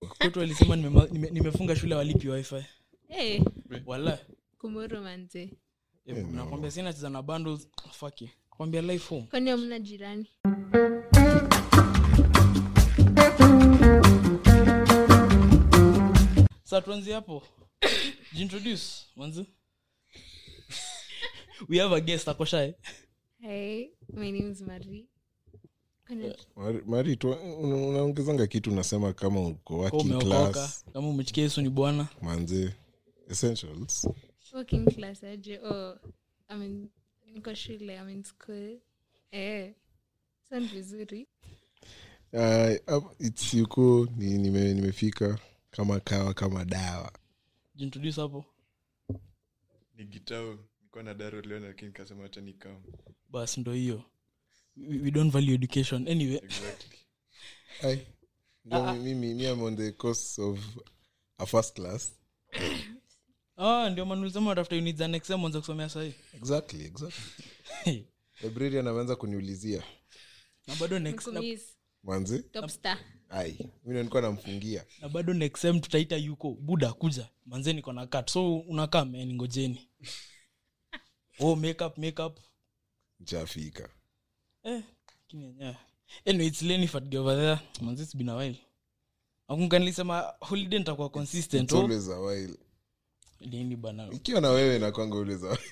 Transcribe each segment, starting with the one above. watoto walisema nimema- nime- nimefunga shule walipi wifi hey, wala Eh, kumoro manze Eh, nakwambia sina cheza na bundles Ah, faki kwambia life home kwani amna jirani sa tuanzi hapo jintroduce manzi we have a guest eh? akoshae hey, my name is Marie. Kwani atu- Mari- mari tu- una- unaongezanga kitu unasema kama uko Kwa working umeokoka class kama umechikia yesu ni bwana manze essentials working class aje oh, I mean, niko shule I mean school eh sound vizuri uh, up- it's yuko ni, nime, nimefika kama kawa kama dawa jintroduce hapo ni gitao nikuwa na daro leo lakini kasema hata nikam bas ndo hiyo we, we don't value education anyway exactly Ai, ndio mi- mimi mi am on the course of a first class ah, ndio manulisema tafuta unit za next sem anza kusomea sahii exactly exactly librarian ameanza kuniulizia na bado next na, nikumiss manze top star ai mi ndo nilikuwa namfungia na bado next sem tutaita yuko buda kuja manze niko na cut so unakaa meni ngojeni oh makeup makeup nchafika eh kini yenyewe anyway it's Lenny Fadge over there manze it's been a while akunga nilisema holiday nitakuwa consistent It's oh. always a while lini bana ikiwa na wewe nakwanga always a while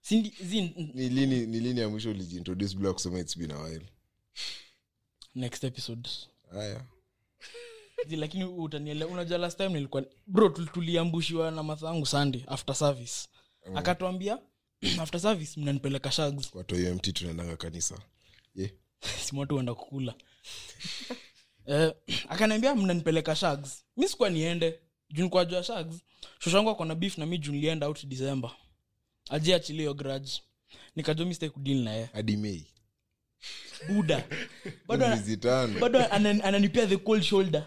sindi zi ni lini ni lini ya mwisho ulijiintroduce bila kusema it's been a while next episode haya Zi, lakini utanielewa unajua last time nilikuwa bro tul- tuliambushiwa na mathangu sunday after service akatuambia after service mnanipeleka shags watu wa umt tunaendanga kanisa ye simwatu uenda kukula eh, akaniambia mnanipeleka shags mi sikuwa niende junikwa jua shags shoshangu akona beef na mi junilienda out december aje achilie hiyo grudge nikajua mi sitai kudili naye hadi mei buda bado ana- miezi tano bado anan- ananipea the cold shoulder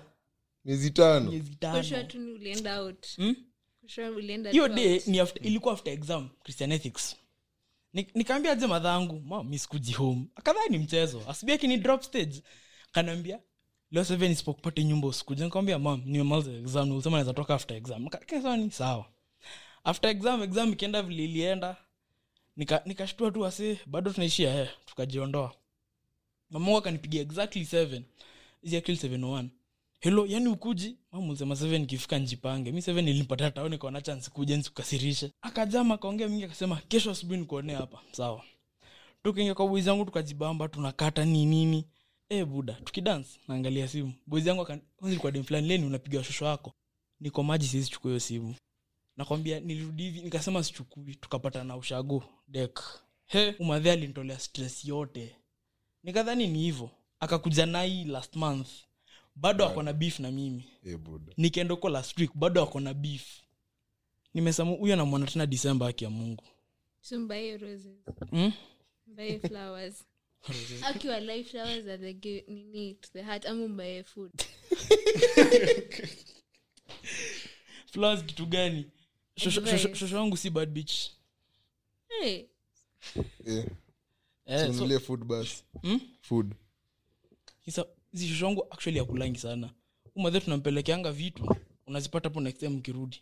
miezi tano miezi kushua tano tu ni ulienda out Hmm? kushua ulienda hiyo tu day out. ni after, ilikuwa after exam christian ethics Ni- nikaambia je madhangu ma mi sikuji home akadhaa ni mchezo asibia kini drop stage kanaambia leo seven isipokupata nyumba usikuja nikamwambia mam nimemaliza exam ulisema naweza toka after exam Nika- nikasema ni sawa after exam exam ikienda vile ilienda nikashtua nika nikashtua tu wase bado tunaishia eh tukajiondoa mamangu akanipigia exactly 7 is actually 701 hello yani ukuji mamsema seven ikifika njipange mi seven ilipata tao nikaona chance kuja nisikukasirishe akajama akaongea mingi akasema kesho asubuhi nikuone hapa sawa tukiingia kwa boys yangu tukajibamba tunakata ni nini e buda tukidance naangalia simu boys yangu akan- kwanza ilikuwa dem fulani leni unapiga shosho yako niko maji siwezi chukua hiyo simu nakwambia nilirudi hivi nikasema sichukui tukapata na ushago dek he umadhe alinitolea stress yote nikadhani ni hivo akakuja nai last month bado ako na beef na mimi Eh, buda nikaenda huko last week bado ako na beef nimesema huyo namwona tena disemba haki ya mungu So mbae roses mm? mbae flowers akiwa live flowers are the gi- nini to the heart ama mbae food flowers kitu gani Shosho- Advice. shosho shosho wangu si bad bitch hey, Eh, eh, so, tununulie food bus mm? food Sasa, hizi shosho wangu actually akulangi sana umadhe tunampelekeanga vitu unazipata hapo next time ukirudi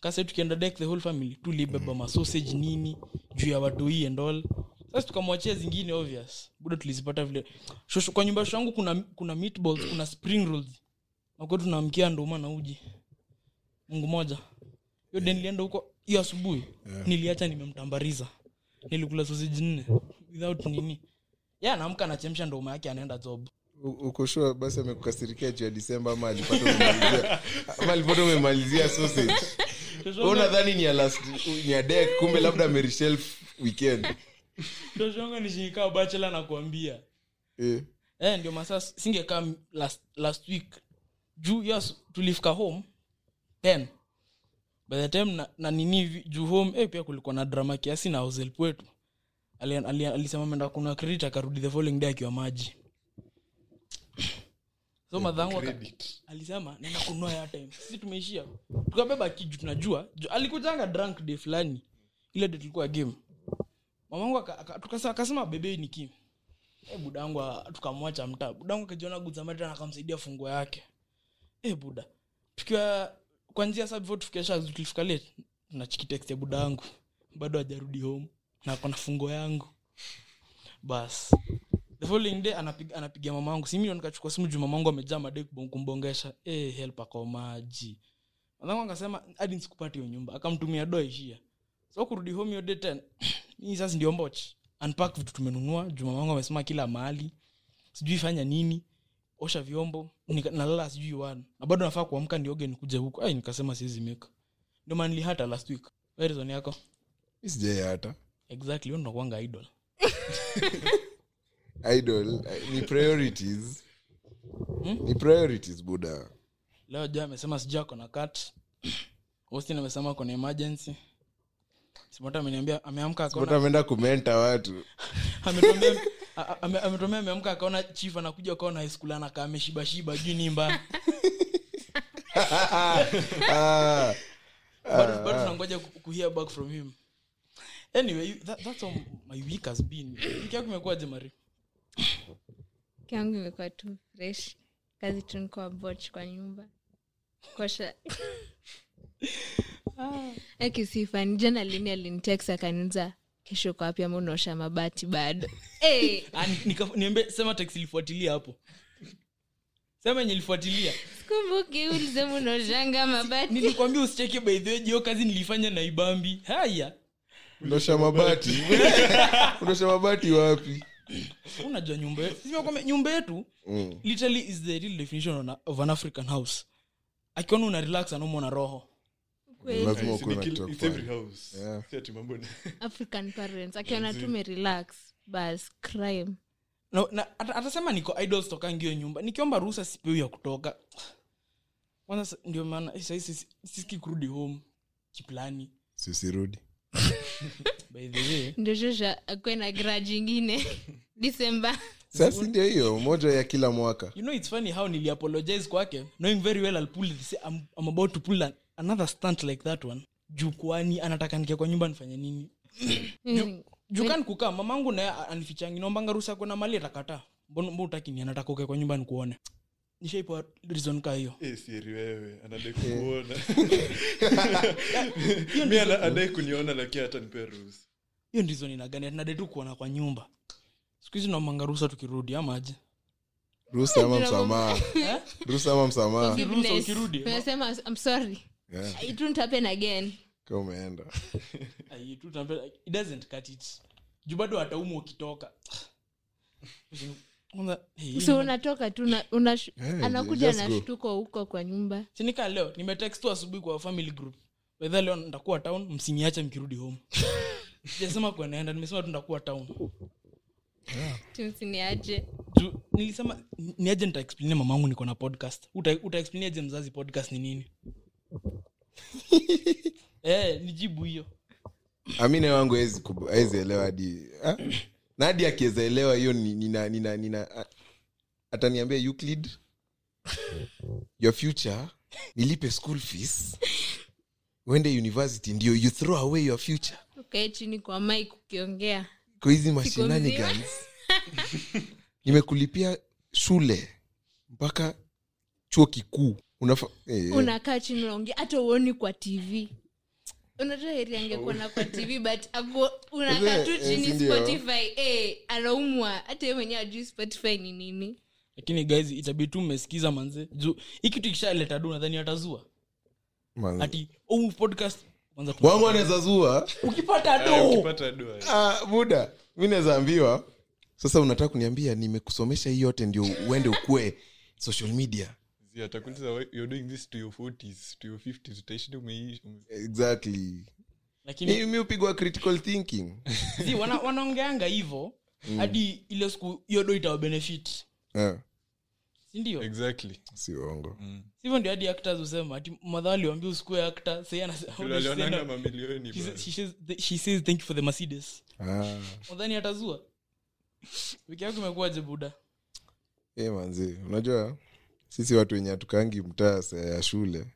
kasa tukienda dek the whole family tulibeba masausage nini juu ya watoi and all sasa tukamwachia zingine obvious buda tulizipata vile Shosho- kwa nyumba yangu kuna kuna meatballs kuna spring rolls wako tunaamkia ndoma na uji mungu moja hiyo den nilienda huko hiyo asubuhi niliacha nimemtambariza nilikula sausage nne without nini ya naamka anachemsha ndoma yake anaenda job ukoshua basi amekukasirikia juu ya disemba ama alipata umemalizia- ama alipata umemalizia sausage Shosho Wewe wangu- unadhani ni ya last ni ya dek kumbe labda amereshelf weekend toshonga nishiikaa bachela nakuambia eh, eh, ndio masaa singekaa last, last week juu yes, tulifika home ten by the time na, na nini hivi, juu home eh, pia kulikuwa na drama kiasi na auselp wetu Ali- ali- alisema menda kuna credit akarudi the following day akiwa maji so madhangu aka- credit alisema naenda kunua ya time sisi tumeishia tukabeba kiju tunajua Ju- alikujanga drunk day fulani ile day tulikuwa game mamangu aka- aka- tukasa- akasema bebe ni kim "Eh, e budangu a- tukamwacha mtaa budangu akajiona good Samaritan akamsaidia funguo yake eh buda tukiwa kwanzia saa before tufikia sha tulifika late nachikitext ya buda yangu bado hajarudi home na ako na fungo yangu bas the following day anapiga, anapiga mama angu simi nikachukua simu juu mama angu amejaa madai kubong- kumbongesha eh help ako maji Mamangu akasema hadi nisikupate hiyo nyumba akamtumia doa ishia so kurudi home hiyo day 10 mimi sasa ndio mboch unpack vitu tumenunua juu mamangu amesema kila mahali sijui fanya nini osha vyombo nika- nalala sijui wana na bado nafaa kuamka nioge nikuje huko ai nikasema siwezi meka ndio maana nilihata last week Wewe reason yako sijai hata exactly wewe ndo unakuanga idol idol eh, ni priorities Hmm? ni priorities buda leo jo amesema sijui ako na kat austin amesema ako na emergency simota ameniambia ameamka mtu akaona ameenda kumenta watu ametomea a- a- ame- ametomea ameamka akaona chief anakuja akaona high school anakaa ameshibashiba juu ni mbaya ah, Bado- bado tunangoja ku- ku hear back from him anyway you- that, that's how my week has been Wiki yako imekuwa je, Marie? Wiki yangu imekuwa tu fresh kazi tu nikuwa boch kwa nyumba kosha akisifani jana lini alinitex akaniza kesho kwa wapi ama unaosha mabati bado Eh, hey, Ah, ni- nika- niambie sema text ilifuatilia hapo sema yenye ilifuatilia sikumbuki ulisema unaoshanga mabati nilikwambia usicheke by the way hiyo kazi nilifanya na ibambi haya unaosha mabati unaosha mabati wapi unajua nyumba yetu Sisi tunakwambia nyumba yetu Mm. literally is the real definition of an- of an african house akiona una relax anaumwa na roho Kweli. Lazima It's ukuwe na in kitu ya kil- it's kufanya. every house. Yeah. Si ati mambo na- african parents akiona tu merelax bas crime na, na ata- atasema niko idols tokangi hiyo nyumba nikiomba ruhusa sipewi ya kutoka kwanza sa- ndio maana eh, sahi sisi- sisiki kurudi home kiplani Si usirudi by the way ndio shosha akuwe na graji ingine disemba sasa ndio hiyo moja ya kila mwaka you know it's funny how niliapologize kwake knowing very well I'll pull this, I'm, I'm about to pull an, another stunt like that one jukwani anataka nike kwa nyumba nifanye nini jukan kukaa mamangu naye a- anifichangi naombanga ruhusa kuna mali atakataa mbona mbona hutaki ni anataka ukae kwa nyumba nikuone nishaipa reason kaa hiyo Eh, sieri wewe Eh. anadai kuona mi ana- anadai kuniona lakini hata nipea ruhusa hiyo ndizo ninagani tunade tu kuona kwa nyumba siku hizi naombanga ruhusa tukirudi ama aje ruhusa ama msamaha Eh? ruhusa ama msamaha Ukiruhusa, ukirudi. unasema "I'm sorry Yeah, it won't happen again kaa umeenda Ai, tu tunape- it doesn't cut it juu bado ataumwa ukitoka Kwanza, eh, hey, so unatoka tu na- una- Yeah, anakuja just na Eh, go. shtuko huko kwa nyumba sinika leo nimetext tu asubuhi kwa family group wedha leo ntakuwa town msiniache mkirudi home sijasema kuwa naenda nimesema tu ntakuwa town tumsiniache juu nilisema ni- niaje nitaexplinia mamangu niko na podcast Uta- utaexpliniaje mzazi podcast ni nini eh nijibu hiyo amine wangu hawezi kubu- hawezi elewa hadi ah? na hadi akiweza elewa hiyo ni- nina nina nina a- ataniambia euclid your future nilipe school fees uende university ndio you throw away your future ukae chini kwa mik ukiongea kwa hizi Siku mashinani mzima. guns nimekulipia shule mpaka chuo kikuu unafa eh, unakaa chini unaongea hata uoni kwa tv unajua heri angekuona kwa tv but ako- unakaa tu Eh, chini eh, sindio. spotify eh, anaumwa hata ye mwenyewe ajui spotify ni nini lakini guys itabidi tu mmesikiza manze juu hii kitu ikishaleta du nadhani atazua man. ati oh, podcast kwanza tuna- wangu anaweza zua ukipata Eh, do ukipata doa eh. Ah, muda mi naweza ambiwa sasa unataka kuniambia nimekusomesha hii yote ndio uende ukue social media Zia, atakuuliza, "Why you're doing this to your 40s, to your 50s?" Utaishi tu umeishi- ume- exactly lakini mi mi hupigwa critical thinking zi, wana, wanaongeanga hivo hadi ile siku hiyo do itawabenefit Eh, sindio Exactly. si uongo sivyo ndio hadi actors husema ati madha aliwambia usikue actor sai Vile walionanga mamilioni bana. she says thank you for the mercedes ah, madhani atazua wiki yako imekuwaje buda eh, manzi unajua sisi watu wenye hatukaangi mtaa saa ya shule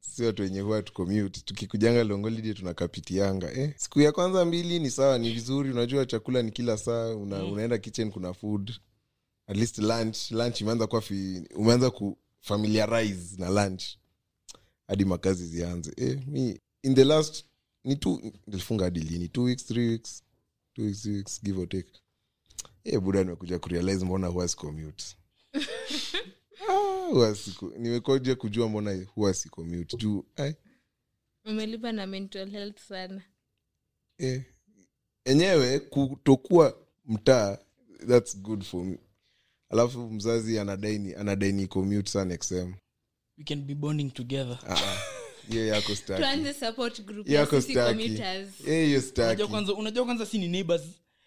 sisi watu wenye huwa tucommute tukikujanga longolidi tunakapitianga eh, siku ya kwanza mbili ni sawa ni vizuri unajua chakula ni kila saa una, unaenda kitchen kuna food at least lunch lunch imeanza kuwa fi, umeanza ku familiarize na lunch hadi makazi zianze eh, mi in the last ni two nilifunga hadi lini two weeks three weeks two weeks three weeks give or take eh, buda nimekuja kurealize mbona huwa sicommute ah, huwa siku nimekuja kujua mbona huwa sicommute juu eh, ai, umelipa na mental health sana eh, enyewe kutokuwa mtaa thats good for me alafu mzazi anadaini anadaini commute sana XM. we can be bonding together Ah, ah. hiyo yako staki tuanze support group ya yako sisi staki commuters Eh, hiyo unajua staki kwanza unajua kwanza si ni neighbors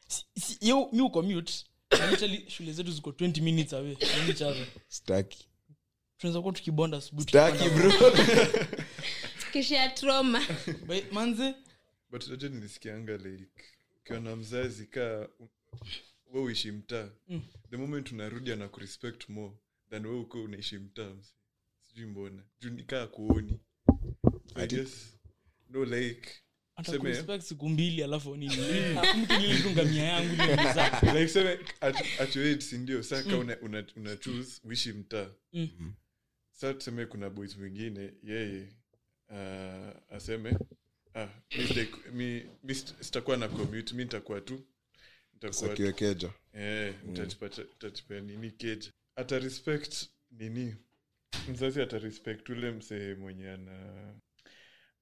si, si, yo, mi ucommute na literally shule zetu ziko 20 minutes away from each other staki tunaweza kuwa tukibonda asubuhi staki tukipanda- bro kisha ya trauma By- manze but unajua nilisikianga like ukiwa na mzazi kaa we uishi mtaa the moment unarudi ana kurespect more than we uko unaishi mtaa mse. sijui mbona juu nikaa kuoni I Ati- just- no like hata Seme. kurespect siku mbili alafu nini mtu nilidunga mia yangu ile nilizaa. like seme at, at your age sindio saa ka una, una, una choose uishi mtaa Mm. sa tuseme kuna boys mwingine yeye uh, aseme ah, mi sita- mi- mi sit- sitakuwa na commute mi nitakuwa tu nitakuwa tu sakiwe keja Eh, mtachipata- mtachipea nini keja ata respect nini mzazi ata respect ule msee mwenye ana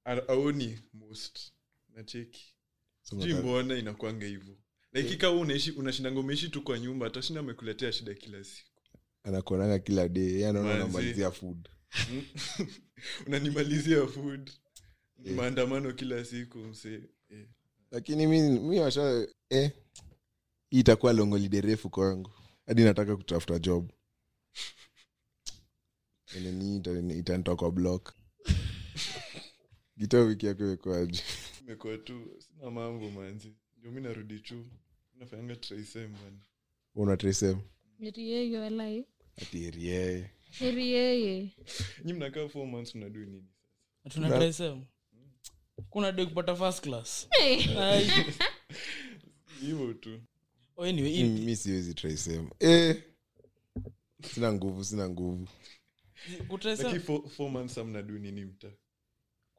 a- aoni most nacheki sijui mbona inakwanga hivyo laikika yeah. unaishi unashindanga umeishi tu kwa nyumba atashinda amekuletea shida kila siku anakuonanga kila day yeye anaona Manzi. anamalizia food Mm. unanimalizia food maandamano kila siku msee Eh. lakini mi mi washa eh, hii itakuwa longolide refu kwangu hadi nataka kutafuta job Yenye ni ita- itanitoa kwa block gita wiki yako imekuwaje imekuwa tu sina mambo manzi ndio mi narudi chu nafanyanga trisem bana unatresem heri yeye walai atieri yeye heri yeye nyi mnakaa four months mnadui nini Na tuna try same. kuna day kupata first class Hey, Ai. hivyo tu Oh, anyway, hii- Mm, mi siwezi trisem eh, sina nguvu sina nguvu kutry same, lakini four, four months amnadu nini mta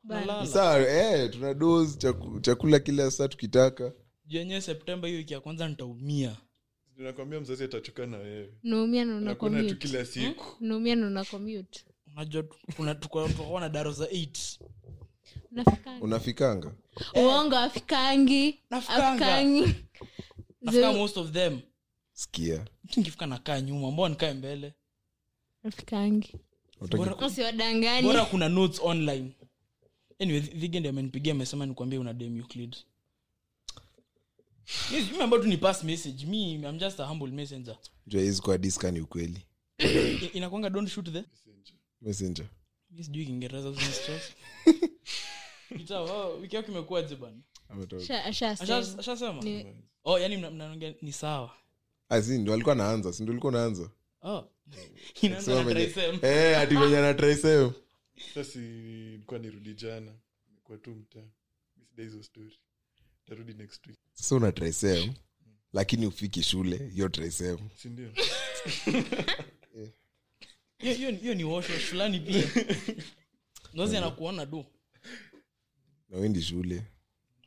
nalala. bana. saa eh, tuna dos chaku, chakula kila saa tukitaka Juu yenyewe septemba hiyo wiki ya kwanza nitaumia nakwambia mzazi atachoka na wewe naumia na una nakuona tu commute kila siku naumia na una commute unajua tu- kuna tuko- tuko na daro za 8 unafikanga unafikanga uongo afikangi Nafikanga. afikangi nafika most of them sikia ngifika nakaa nyuma mbona nikae mbele afikangi Utaki- Bora- usiwadanganye bora kuna notes online anyway Thi- Thige ndiye amenipigia amesema nikwambie una dem Euclid. Mi sijui ambayo tu ni pass message mi I'm just a humble messenger jua hizi kwa diska ni ukweli I- inakwanga don't shoot the messenger mi sijui kiingereza tu ni stress. Kitaa, wao, wiki yako imekuwaje bana Ametoka. Asha- asha Asha- sema. ashasema Ni- oh yani mna- mnaongea ni sawa Ah, si ndo alikuwa naanza si ndo ulikuwa unaanza oh inaanza na Sema venye- trisem. Eh, hadi venye ana trisem sasi nilikuwa nirudi jana nikuwa tu mtaa misida hizo story tarudi next week sasa una trisem lakini ufiki shule hiyo trisem sindio hiyo hiyo- hiyo ni wash wash fulani pia ngozi anakuona du na wendi shule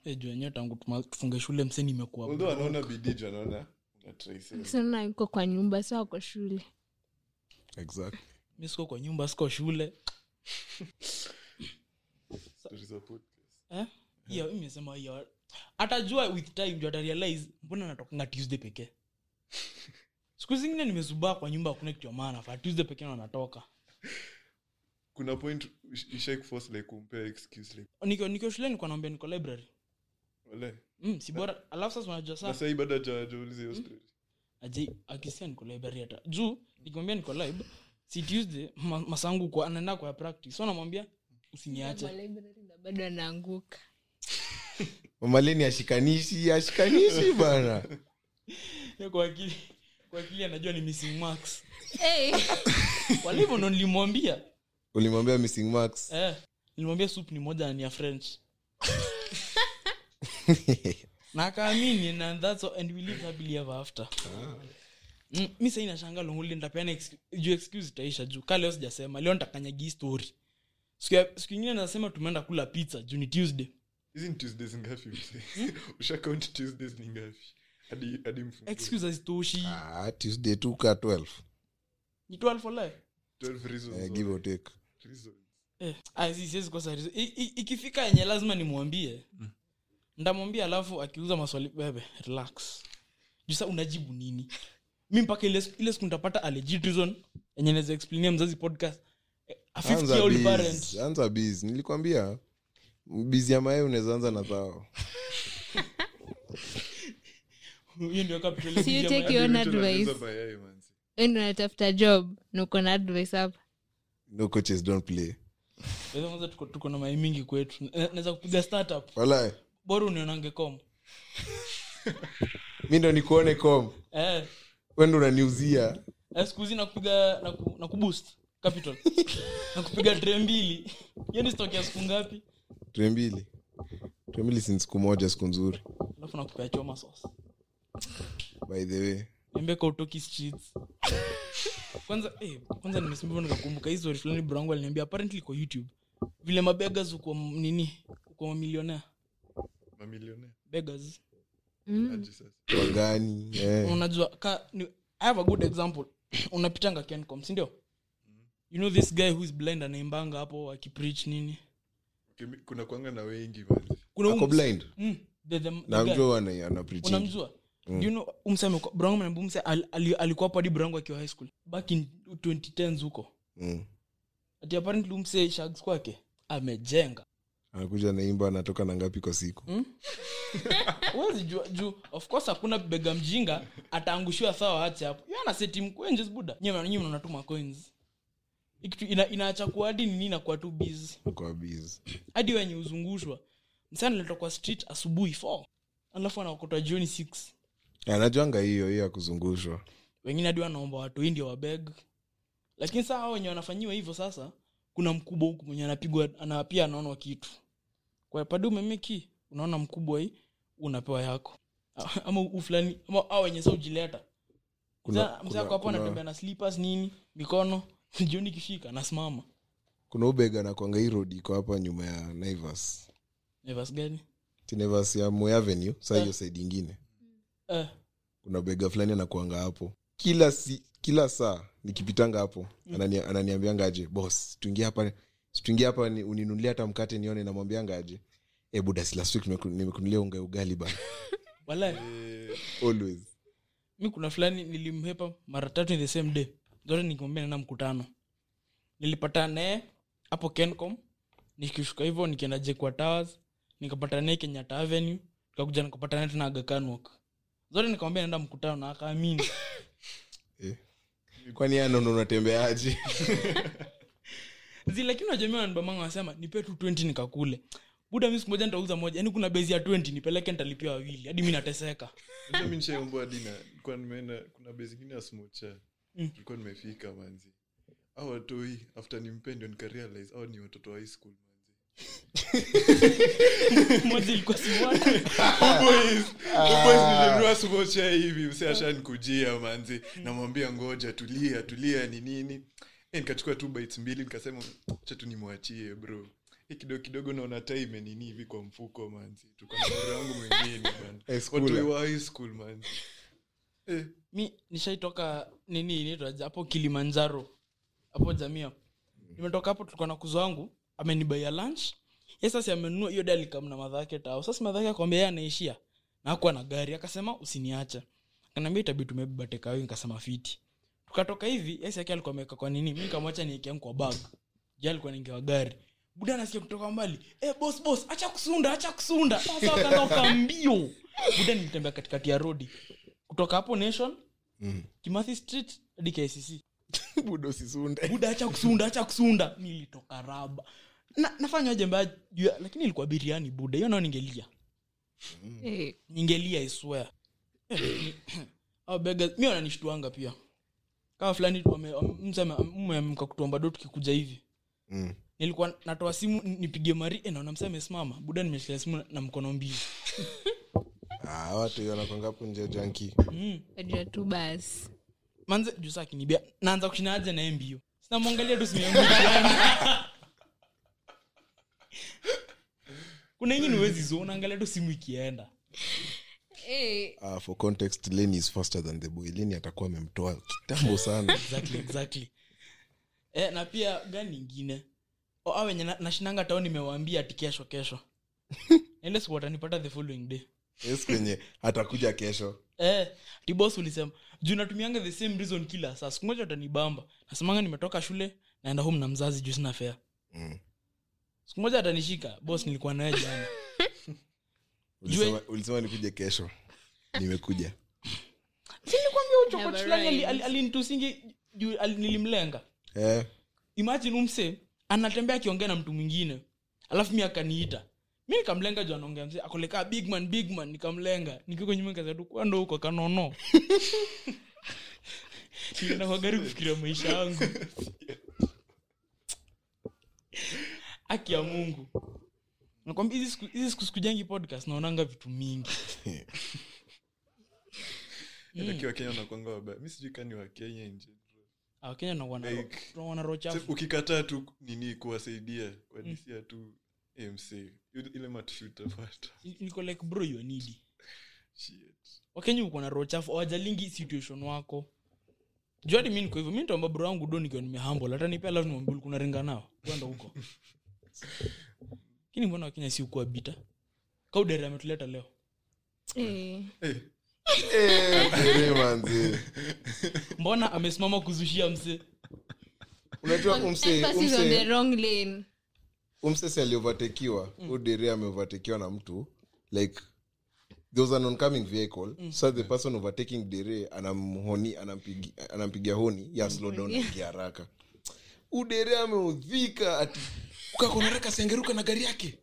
Eh, juu yenyewe tangu tuma- tufunge shule mseni imekuwa although anaona bidii juu anaona unatraise sinaona yuko kwa nyumba sio ako shule exactly. mi siko kwa nyumba siko shule story za podcast eh? hiyo mimi nimesema hiyo atajua with time juu atarealize mbona natokanga tuesday pekee siku zingine nimezubaa kwa nyumba hakuna kitu ya maana fa tuesday pekee ndo natoka kuna point ishaikuforce like kumpea excuse like nikiwa nikiwa shule nilikuwa naambia niko library wale mm, si bora alafu sasa unajua na saa sahii bado ajawajauliza hiyo story aje akisia niko library hata juu nikimwambia niko lib si tuesday ma, masangu kwa anaenda kwa ya practice so namwambia Kwa usiniache library na bado anaanguka mamaleni ashikanishi ashikanishi bana Yeye kwa akili kwa akili anajua ni missing marks Hey, kwa hivyo ndo nilimwambia ulimwambia missing max eh, nilimwambia sup ni moja na ni ya french na akaamini na that's all, and we live happily ever after Mm, mi sai nashanga longuli ntapeana excu- juu excuse itaisha juu ka leo sijasema leo ntakanyagi hii story siku ya- siku ingine nasema tumeenda kula pizza juu ni tuesday hizi ni tuesdays ngapi mzee? ushakaunt tuesdays ni ngapi hadi hadi mfungue. excuse hazitoshi Ah, tuesday tu ka 12 ni 12 for life 12 reasons eh, why. give or take Reasons. Eh, ah, si- siwezi kosa reason. I- i- ikifika yenye lazima nimwambie ntamwambia alafu akiuza maswali bebe relax juu sa unajibu nini mi mpaka ile siku- ile siku ntapata a legit reason yenye naweza explainia mzazi podcast Eh, a 50 year anza old biz, parent anza biz nilikwambia bizi ya mae unaweza anza na zao hiyo ndio capitalism So you ya take maisha. your- own Hadi mtu advice. anauza mayai, manzi. Wewe ndio unatafuta job na uko na advice hapa no coaches don't play Kwa hivyo kwanza tuko- tuko na mai mingi kwetu Na- naweza kupiga startup wala bora unionange kom mi ndo nikuone com eh, wendo unaniuzia eh, siku hizi nakupiga naku- nakuboost capital nakupiga tre mbili hiyo ni stock ya siku ngapi tre mbili tre mbili sin siku moja siku nzuri alafu nakupea choma sauce by the way niambie kwa utoki streets kwanza eh, kwanza nimesimama nikakumbuka hii story fulani brangu aliniambia apparently kwa youtube vile mabegas ukuwa m- nini ukuwa mamilionea Mamilionea. begas mm. Aje sasa. wagani eh. unajua ka ni, i have a good example unapitanga kencom sindio you know this guy who is blind anaimbanga hapo akipreach nini Okay, mi- kuna kwanga na wengi manzi. kuna huyu ako ms- blind mm, the, the, the guy. namjua ana ana pretend unamjua Mm. Do you know, umsame uko- brangu amenambia umse al- ali- alikuwa hapo hadi brangu akiwa high school back in 2010s huko mm. ati apparently umse shags kwake amejenga anakuja naimba anatoka na ngapi kwa siku huwezi jua juu of course hakuna bega mjinga ataangushiwa sawa ache hapo Yeye ana seti mkwenjes buda Nyie mna- nyie mnatuma coins Hii kitu ina, inaacha kuwa hadi nini inakuwa tu busy kwa biz hadi wenye uzungushwa msana leta kwa street asubuhi 4 alafu anaokota jioni 6 anajuanga hiyo hiyo ya kuzungushwa wengine hadi wanaomba watu india wabeg lakini saa hao wenye wanafanyiwa hivyo sasa kuna mkubwa huku mwenye anapigwa ana pia anaonwa kitu kwa padi umemeki unaona mkubwa hii unapewa yako ama u- fulani ama hao wenye saa ujileta Kuna- kuna- msako hapo kuna- anatembea na slippers nini mikono jioni kifika nasimama kuna ubega nakwanga hii road iko hapa nyuma ya naivas nevas gani Ti naivas ya Moi avenue saa Eh. hiyo side ingine eh, kuna bega fulani anakuanga hapo kila si, kila saa nikipitanga hapo anani, ananiambianga aje bos tuingie hapa situingie hapa ni- uninunulie hata mkate nione namwambianga aje e budas last week nimeku- nimekunulia unga ya ugali bana wallahi Eh, always mi kuna fulani nilimhepa mara tatu in the same day zote nikimwambia nena mkutano nilipata naye hapo kencom nikishuka hivyo nikienda jekwa towers nikapata naye kenyatta avenue nikakuja nikapata naye tena Aga Khan walk zote nikamwambia naenda mkutano na akaamini kwani anono unatembeaje zi lakini wajamii wanibamanga wanasema nipe tu 20 nikakule buda mi siku moja nitauza moja yaani kuna bezi ya 20 nipeleke nitalipia wawili hadi mi nateseka Unajua mi nishaombwa hadi na- nilikuwa nimeenda kuna base ingine ya smocha Mm. tulikuwa nimefika manzi au watoi after nimpe ndio nikarealize au ni watoto wa high school manzi moja ilikuwa siwata nilinua smocha hivi mse ashanikujia manzi namwambia ngoja tulia tulia ni nini Eh, nikachukua tu bites mbili nikasema acha tu nimwachie bro Eh, kidogo kidogo naona taa imenini hivi kwa mfuko manzi tukanaura yangu mwenyewe man. Eh, school. watoi wa high school manzi eh, mi nishaitoka nini inaitwaje hapo kilimanjaro hapo jamia nimetoka hapo tulikuwa na kuzo wangu amenibaia lunch ye sasa amenunua hiyo dalikam na madhake tao sasa madhake akwambia ye anaishia na hakuwa na gari akasema usiniacha kanaambia itabidi tumebeba tekawi nikasema fiti tukatoka hivi yes yake alikuwa ameweka kwa nini mi nikamwacha niekeangu kwa bag je alikuwa ningewa gari buda nasikia kutoka mbali eh boss boss acha kusunda acha kusunda sasa akanoka mbio buda nilitembea katikati ya rodi kutoka hapo nation Mm. kimathi street hadi kicc budo sisunde buda acha kusunda acha kusunda nilitoka raba na, nafanya aje mbaya juu ya- lakini ilikuwa biriani buda hiyo nao ningelia Mm. Eh, ningelia iswea bega mi wananishtuanga pia kama fulani wame- wame- mse ame- mume ameamka kutuomba do tukikuja hivi Mm. nilikuwa natoa simu n- nipige mari eh, naona mse amesimama buda nimeshikilia simu na- na mkono mbili Ah, watu hiyo wanakwanga hapo nje janki mm. wajua tu basi manze juu saa akinibia naanza kushinaje naye mbio sinamwangalia tu simu yangu ikienda. kuna ingine huwezi zo unaangalia tu simu ikienda Eh, uh, for context leni is faster than the boy leni atakuwa amemtoa kitambo sana exactly exactly eh, na pia gani ingine oh, ah, wenye na- nashinanga tao nimewaambia ati kesho kesho ile siku watanipata the following day yes kwenye atakuja kesho eh, tibos ulisema juu natumianga the same reason kila saa siku moja atanibamba nasemanga nimetoka shule naenda home na mzazi juu sina fea Mm. siku moja atanishika bos nilikuwa nawe jana ulisema, ulisema nikuje kesho nimekuja sinikwambia Never uchokotu fulani ali- rhymes. ali- alinitusingi juu ali- nilimlenga eh, imagine umse anatembea akiongea na mtu mwingine alafu mi akaniita mi nikamlenga juu anaongea mse akoleka "Ah, big man big man nikamlenga nikiko nyuma kazetu kwando huko kanono nikaenda kwa gari kufikiria maisha yangu haki ya mungu nakwambia hizi siku- hizi siku sikujangi podcast naonanga vitu mingi lakini wakenya wanakwanga wabaya mi sijui kani wakenya in general. Ah, wakenya na wana- Like- wana roho chafu. Sa- ukikataa tu nini kuwasaidia kuadisia tu mc Ile- ile matushu utapata niko like bro you are needy. Shit. wakenya uko na roho chafu awajalingi situation wako juadi mi niko hivyo mi nitaomba bro wangu do nikiwa nimehambol hata nipea alafu nimwambie ulikuwa unaringa nao kwenda huko lakini mbona wakenya si ukuwa bita kaudere ametuleta leo eh. Eh, eh, Dere manzi mbona amesimama kuzushia mse unajua umse Emphasis on the umse wrong lane. umse si aliovatekiwa mm. udere ameovatekiwa na mtu like there was an oncoming vehicle so the person overtaking dere anamhoni anampigi- anampigia honi ya slow down ya haraka udere ameudhika ati ukakonareka sengeruka na gari yake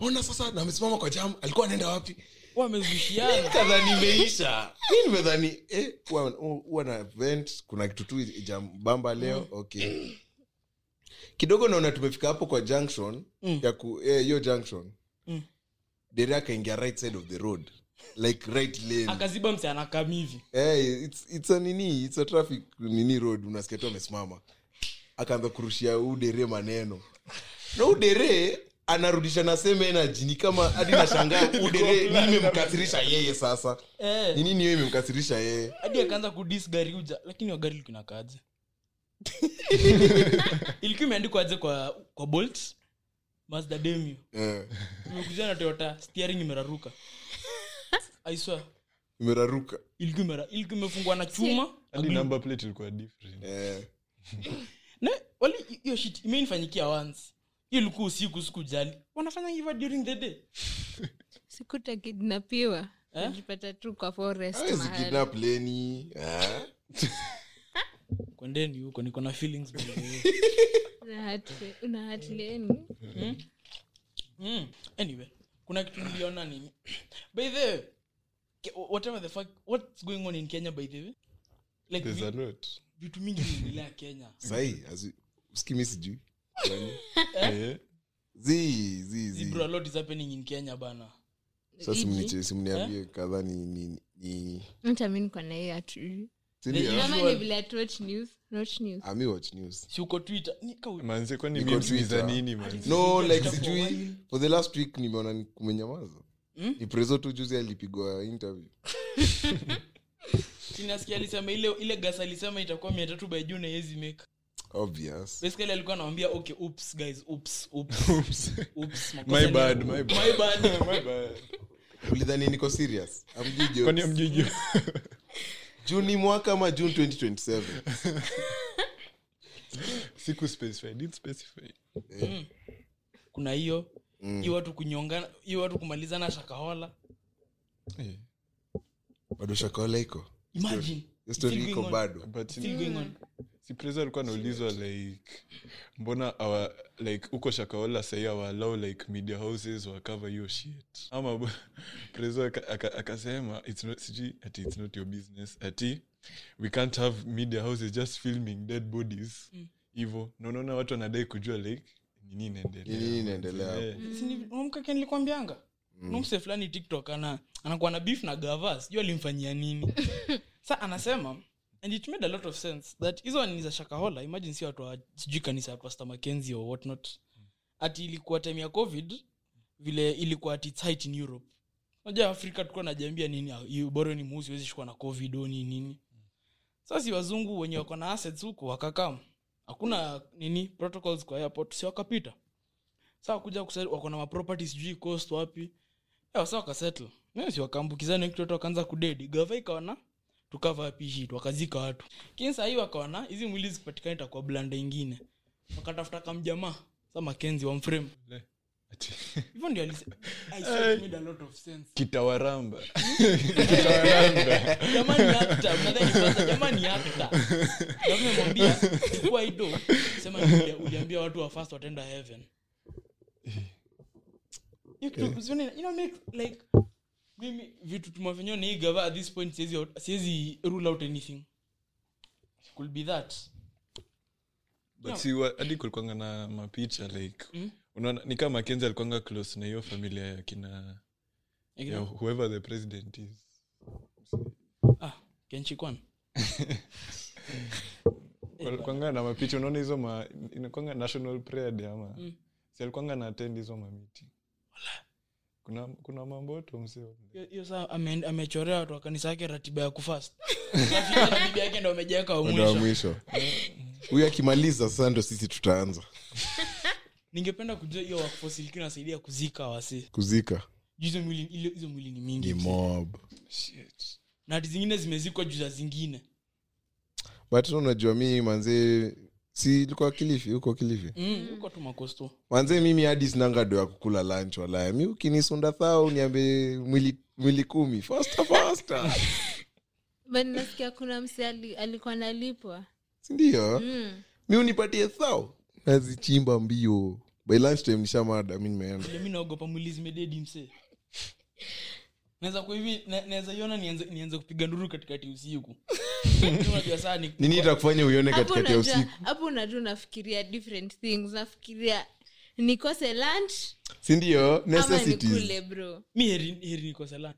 ona sasa na amesimama kwa jam alikuwa anaenda wapi wamezushiana kadhani imeisha mi nimedhani eh, huwa- huwa na event kuna kitu tu jambamba leo Mm. okay kidogo naona tumefika hapo kwa junction Mm. ya ku eh, hiyo junction Mm. dere akaingia right side of the road like right lane akaziba mse anakam hivi eh, it's, it's a nini it's a traffic nini road unasikia tu amesimama akaanza kurushia udere maneno na udere anarudisha na same energy ni kama hadi nashangaa udere nimemkasirisha yeye sasa Eh, ni nini hiyo imemkasirisha yeye hadi akaanza kudis gari uja lakini wagari likinakaje ilikuwa imeandikwa aje kwa, kwa bolt mazda demio Eh, imekuja na toyota steering imeraruka I swear, imeraruka ilikuwa imera- ilikuwa imefungwa na chuma hadi number plate ilikuwa different Eh, na wali hiyo shit imenifanyikia once hiyo ilikuwa usiku sikujali wanafanya hivyo during the day sikuta kidnapiwa Eh? najipata tu kwa forest hawezi mahali. kidnap leni eh? kwendeni huko niko na feelings by the way. Una hati- una hati leni mm. anyway kuna kitu niliona nini by the way ke- whatever the fuck what's going on in kenya by the way like There's a vi, note. vitu mingi vinaendelea kenya sahi hazi- usikii mi sijui Eh, Zii, zii, zii. zibro a lot is happening in kenya bana Sasa simniche- Iji. simniambie Eh? kadhaa ni- ni- ni- Mtu amini kwa na hiyo hatujui. The si ni- usual. Kama ni vile atu watch news, watch news. ah, mi watch news. si uko twitter ni kau manzi kwani Niko memes ni za Twitter. nini manzi no Nilikuwa like Twitter for a while. sijui for the last week nimeona ni- kumenyamaza Mm? ni prezo tu juzi alipigwa interview sinasikia alisema ile ile gas alisema itakuwa mia tatu by june hezi make obvious basically alikuwa anawambia okay oops guys oops oops Oops. oops makosa My ni- bad, my bad. my bad My bad. ulidhani niko serious Hamjui jokes. kwani amjiji juni mwaka ama june 2027 siku specify did specify kuna hiyo Mm. hiyo watu kunyongana hiyo watu kumalizana shakahola Eh, bado shakola iko imagine Hiyo It's story still iko going on. bado but mm, Still going on. si presa alikuwa anaulizwa like mbona awa like huko shakaola sahii awaalau like media houses wakava hiyo shit ama presa aka- aka- akasema it's not- sijui ati it's not your business ati we can't have media houses just filming dead bodies hivo mm. na unaona watu wanadai kujua like nini inaendelea Nini inaendelea Eh, Si ni- unamka Ken nilikwambianga nomse fulani tiktok ana anakuwa na beef na gavas sijui alimfanyia nini sa anasema and it made a lot of sense that hizo ni za shakahola imagine si watu wa sijui kanisa ya pastor mackenzie or whatnot ati ilikuwa time ya covid vile ilikuwa ati it's height in europe unajua afrika tulikuwa najiambia nini ah, you- bora ni muusi huwezi shikwa na covid au ni nini sasa si wazungu wenye wako na assets huku wakakam hakuna nini protocols kwa airport si wakapita saa kuja kusa- wako na maproperty sijui coast wapi Ewa, saa wakasettle Mimi si wakaambukizana kitu watu wakaanza kudedi gava ikaona tukava pishit wakazika watu lakini sahii wakaona hizi mwili zikipatikana itakuwa blanda ingine wakatafuta kamjamaa sa makenzi wa mframe hivyo ndio alise- I swear it made a lot of sense. kitawaramba Jamaa ni actor, mnadhani kwanza jamaa ni actor. Na mmemwambia, chukua hii dough, sema ni ulia- uliambia watu wa first wataenda heaven Hiyo kitu kuziona ina- ina make, like, mimi vitu tumavenyewe ni hii gava at this point siwezi out- siwezi rule out anything could be that but si wa- hadi kulikuanga na mapicha like unaona ni kama kenzi alikuanga close na hiyo familia ya kina ya whoever the president is ah, kenchikwan alikuanga na mapicha unaona hizo ma inakuanga national prayer day ama si alikuanga na attend hizo mamiti kuna kuna mambo tu msio Hiyo- hiyo saa ame- amechorea watu wa kanisa yake ratiba ya kufast Afika na bibi yake ndo amejaweka wa muda wa mwisho mwisho huyu akimaliza sasa ndo sisi tutaanza ningependa kujua hiyo workforce ilikuwa inasaidia kuzika wasi kuzika hizo mwili ile- hizo mwili ni mingi ni mob shit na hati zingine zimezikwa juu za zingine but tu unajua mi manzee si ilikuwa kilifi huko kilifi Mm, huko tu makosto manzee mimi hadi sinanga do ya kukula lunch walaya mi ukinisunda thaa uniambie mwili, mwili kumi faster faster but nasikia kuna msi ali- alikuwa analipwa sindio mm. mi unipatie thao nazichimba mbio by lunch time nishamada mi nimeenda ile mi naogopa mwili zimededi msee naweza kwa hivi na- naweza iona nianze nianze kupiga nduru katikati usiku unajua saa ni nini itakufanya uione hapo katikati ya unajua usiku hapo unajua unafikiria different things nafikiria nikose lunch sindio ama necessities nikule bro mi heri, heri niko salama